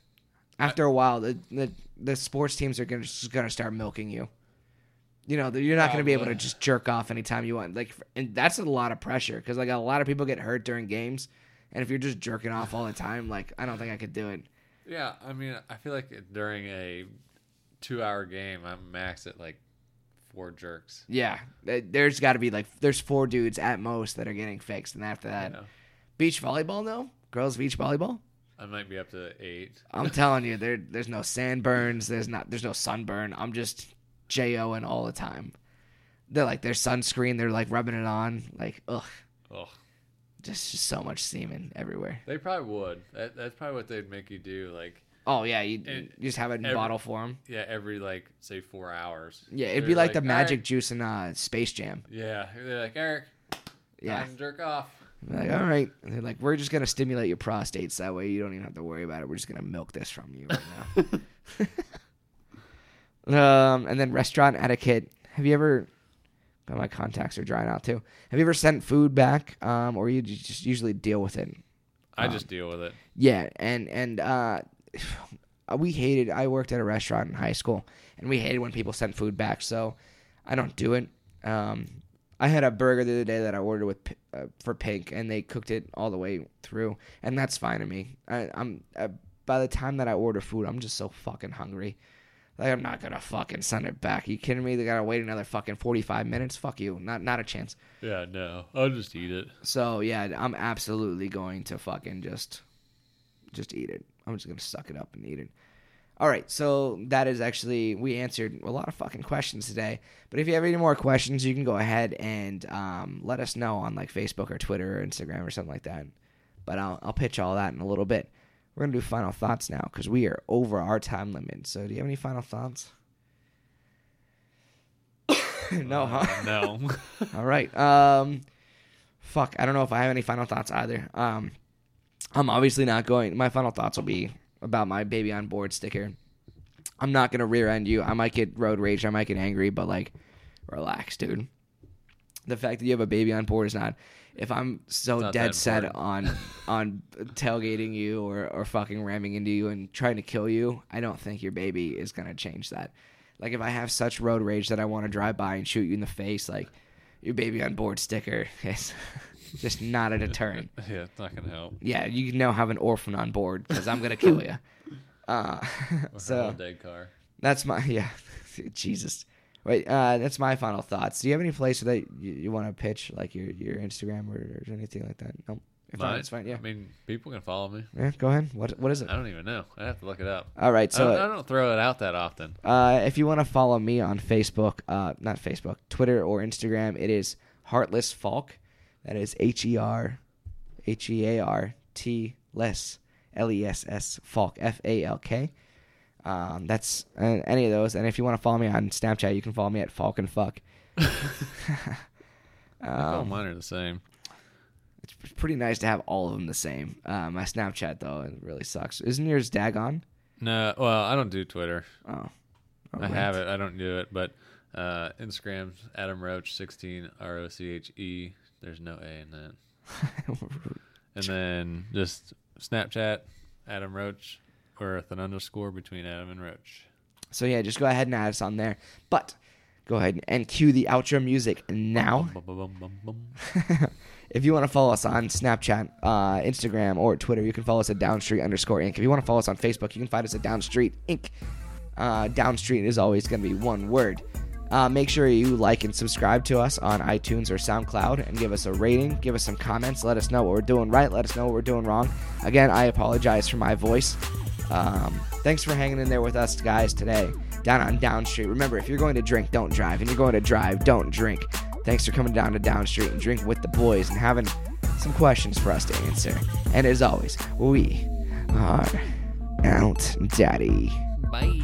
Speaker 1: after a while, the the, the sports teams are gonna just gonna start milking you. You know, you're not gonna be able to
Speaker 2: Probably.
Speaker 1: just jerk off anytime you want. Like, and that's a lot of pressure because like a lot of people get hurt during games, and if you're just jerking off all the time, like I don't think I could do it.
Speaker 2: Yeah, I mean, I feel like during a two-hour game, I'm max at like four jerks.
Speaker 1: Yeah, th- there's got to be like there's four dudes at most that are getting fixed, and after that,
Speaker 2: know.
Speaker 1: beach volleyball though, girls beach volleyball.
Speaker 2: I might be up to eight. <laughs>
Speaker 1: I'm telling you, there there's no sunburns, there's not there's no sunburn. I'm just joing all the time. They're like their sunscreen, they're like rubbing it on, like ugh,
Speaker 2: Ugh.
Speaker 1: just, just so much semen everywhere.
Speaker 2: They probably would. That, that's probably what they'd make you do. Like,
Speaker 1: Oh yeah, you,
Speaker 2: And
Speaker 1: you just have it in
Speaker 2: every-
Speaker 1: bottle form.
Speaker 2: Yeah, every like say four hours.
Speaker 1: Yeah, it'd
Speaker 2: They're
Speaker 1: be like, the
Speaker 2: "All
Speaker 1: magic
Speaker 2: right."
Speaker 1: juice in uh, Space Jam.
Speaker 2: Yeah, they're like Eric.
Speaker 1: Yeah,
Speaker 2: time to jerk off.
Speaker 1: Like, all right. And they're like, we're just gonna stimulate your prostates. That way you don't even have to worry about it. We're just gonna milk this from you right now. <laughs> um, and then restaurant etiquette. Have you ever? God, my contacts are drying out too. Have you ever sent food back, um, or you ju- just usually deal with it?
Speaker 2: I
Speaker 1: Um,
Speaker 2: just deal with it.
Speaker 1: Yeah, and and uh, <sighs> we hated. I worked at a restaurant in high school, and we hated when people sent food back. So I don't do it. Um, I had a burger the other day that I ordered with P- uh, for Pink, and they cooked it all the way through, and that's fine to me. I, I'm uh, by the time that I order food, I'm just so fucking hungry. Like I'm not gonna fucking send it back. you kidding me? They gotta wait another fucking 45 minutes. Fuck you. Not not a chance.
Speaker 2: Yeah, no, I'll just eat it.
Speaker 1: So yeah, I'm absolutely going to fucking just just eat it. I'm just gonna suck it up and eat it. All right, so that is actually we answered a lot of fucking questions today. But if you have any more questions, you can go ahead and um, let us know on like Facebook or Twitter or Instagram or something like that. But I'll I'll pitch all that in a little bit. We're gonna do final thoughts now because we are over our time limit. So do you have any final thoughts? <coughs> no, huh?
Speaker 2: No. <laughs>
Speaker 1: All right. Um, fuck. I don't know if I have any final thoughts either. Um, I'm obviously not going. My final thoughts will be about my baby on board sticker. I'm not gonna rear end you. I might get road rage. I might get angry, but like, relax, dude. The fact that you have a baby on board is not. If I'm so
Speaker 2: not
Speaker 1: dead
Speaker 2: that
Speaker 1: set
Speaker 2: important.
Speaker 1: on
Speaker 2: <laughs>
Speaker 1: on tailgating you or or fucking ramming into you and trying to kill you, I don't think your baby is gonna change that. Like if I have such road rage that I want to drive by and shoot you in the face, like your baby on board sticker is <laughs> just not a deterrent
Speaker 2: yeah, it's not gonna help.
Speaker 1: yeah, you can now have an orphan on board because I'm gonna kill
Speaker 2: <laughs>
Speaker 1: you. Uh, <laughs>
Speaker 2: Or so, a
Speaker 1: so
Speaker 2: dead car.
Speaker 1: that's my <laughs> yeah, Jesus. Wait, uh, that's my final thoughts. Do you have any place that you, you want to pitch, like your your Instagram or, or anything like that? No, if not,
Speaker 2: Mine?
Speaker 1: it's fine. Yeah,
Speaker 2: I mean, people can follow me.
Speaker 1: yeah. Go ahead. What what is it?
Speaker 2: I don't even know. I have to look it up.
Speaker 1: All right,
Speaker 2: I,
Speaker 1: so
Speaker 2: don't, I don't throw it out that often.
Speaker 1: Uh, if you want to follow me on Facebook, uh, not Facebook, Twitter or Instagram, it is Heartless Falk. That is H E R H E A R T less L E S S Falk F A L K. Um, that's uh, any of those. And if you want to follow me on Snapchat, you can follow me at Falk and Fuck.
Speaker 2: All
Speaker 1: um,
Speaker 2: mine are the same.
Speaker 1: it's p- pretty nice to have all of them the same. Uh, my Snapchat though, it really sucks. Isn't yours Dagon?
Speaker 2: No, well, I don't do Twitter.
Speaker 1: Oh,
Speaker 2: I have it. I don't do it, but uh, Instagram's Adam Roach sixteen R O C H E. There's no A
Speaker 1: <laughs>
Speaker 2: in that. And then just Snapchat Adam Roach or with an underscore between Adam and Roach.
Speaker 1: So yeah, just go ahead and add us on there. But go ahead and cue the outro music now.
Speaker 2: Bum, bum, bum, bum, bum.
Speaker 1: <laughs> if you want to follow us on Snapchat, uh, Instagram, or Twitter, you can follow us at Downstreet underscore Inc. If you want to follow us on Facebook, you can find us at Downstreet Inc. Uh, Downstreet is always going to be one word. Uh, make sure you like and subscribe to us on iTunes or SoundCloud and give us a rating, give us some comments, let us know what we're doing right, let us know what we're doing wrong. Again, I apologize for my voice. Um, thanks for hanging in there with us, guys, today down on Downstreet. Remember, if you're going to drink, don't drive, and you're going to drive, don't drink. Thanks for coming down to Downstreet and drink with the boys and having some questions for us to answer. And as always, we are out, Daddy.
Speaker 2: Bye.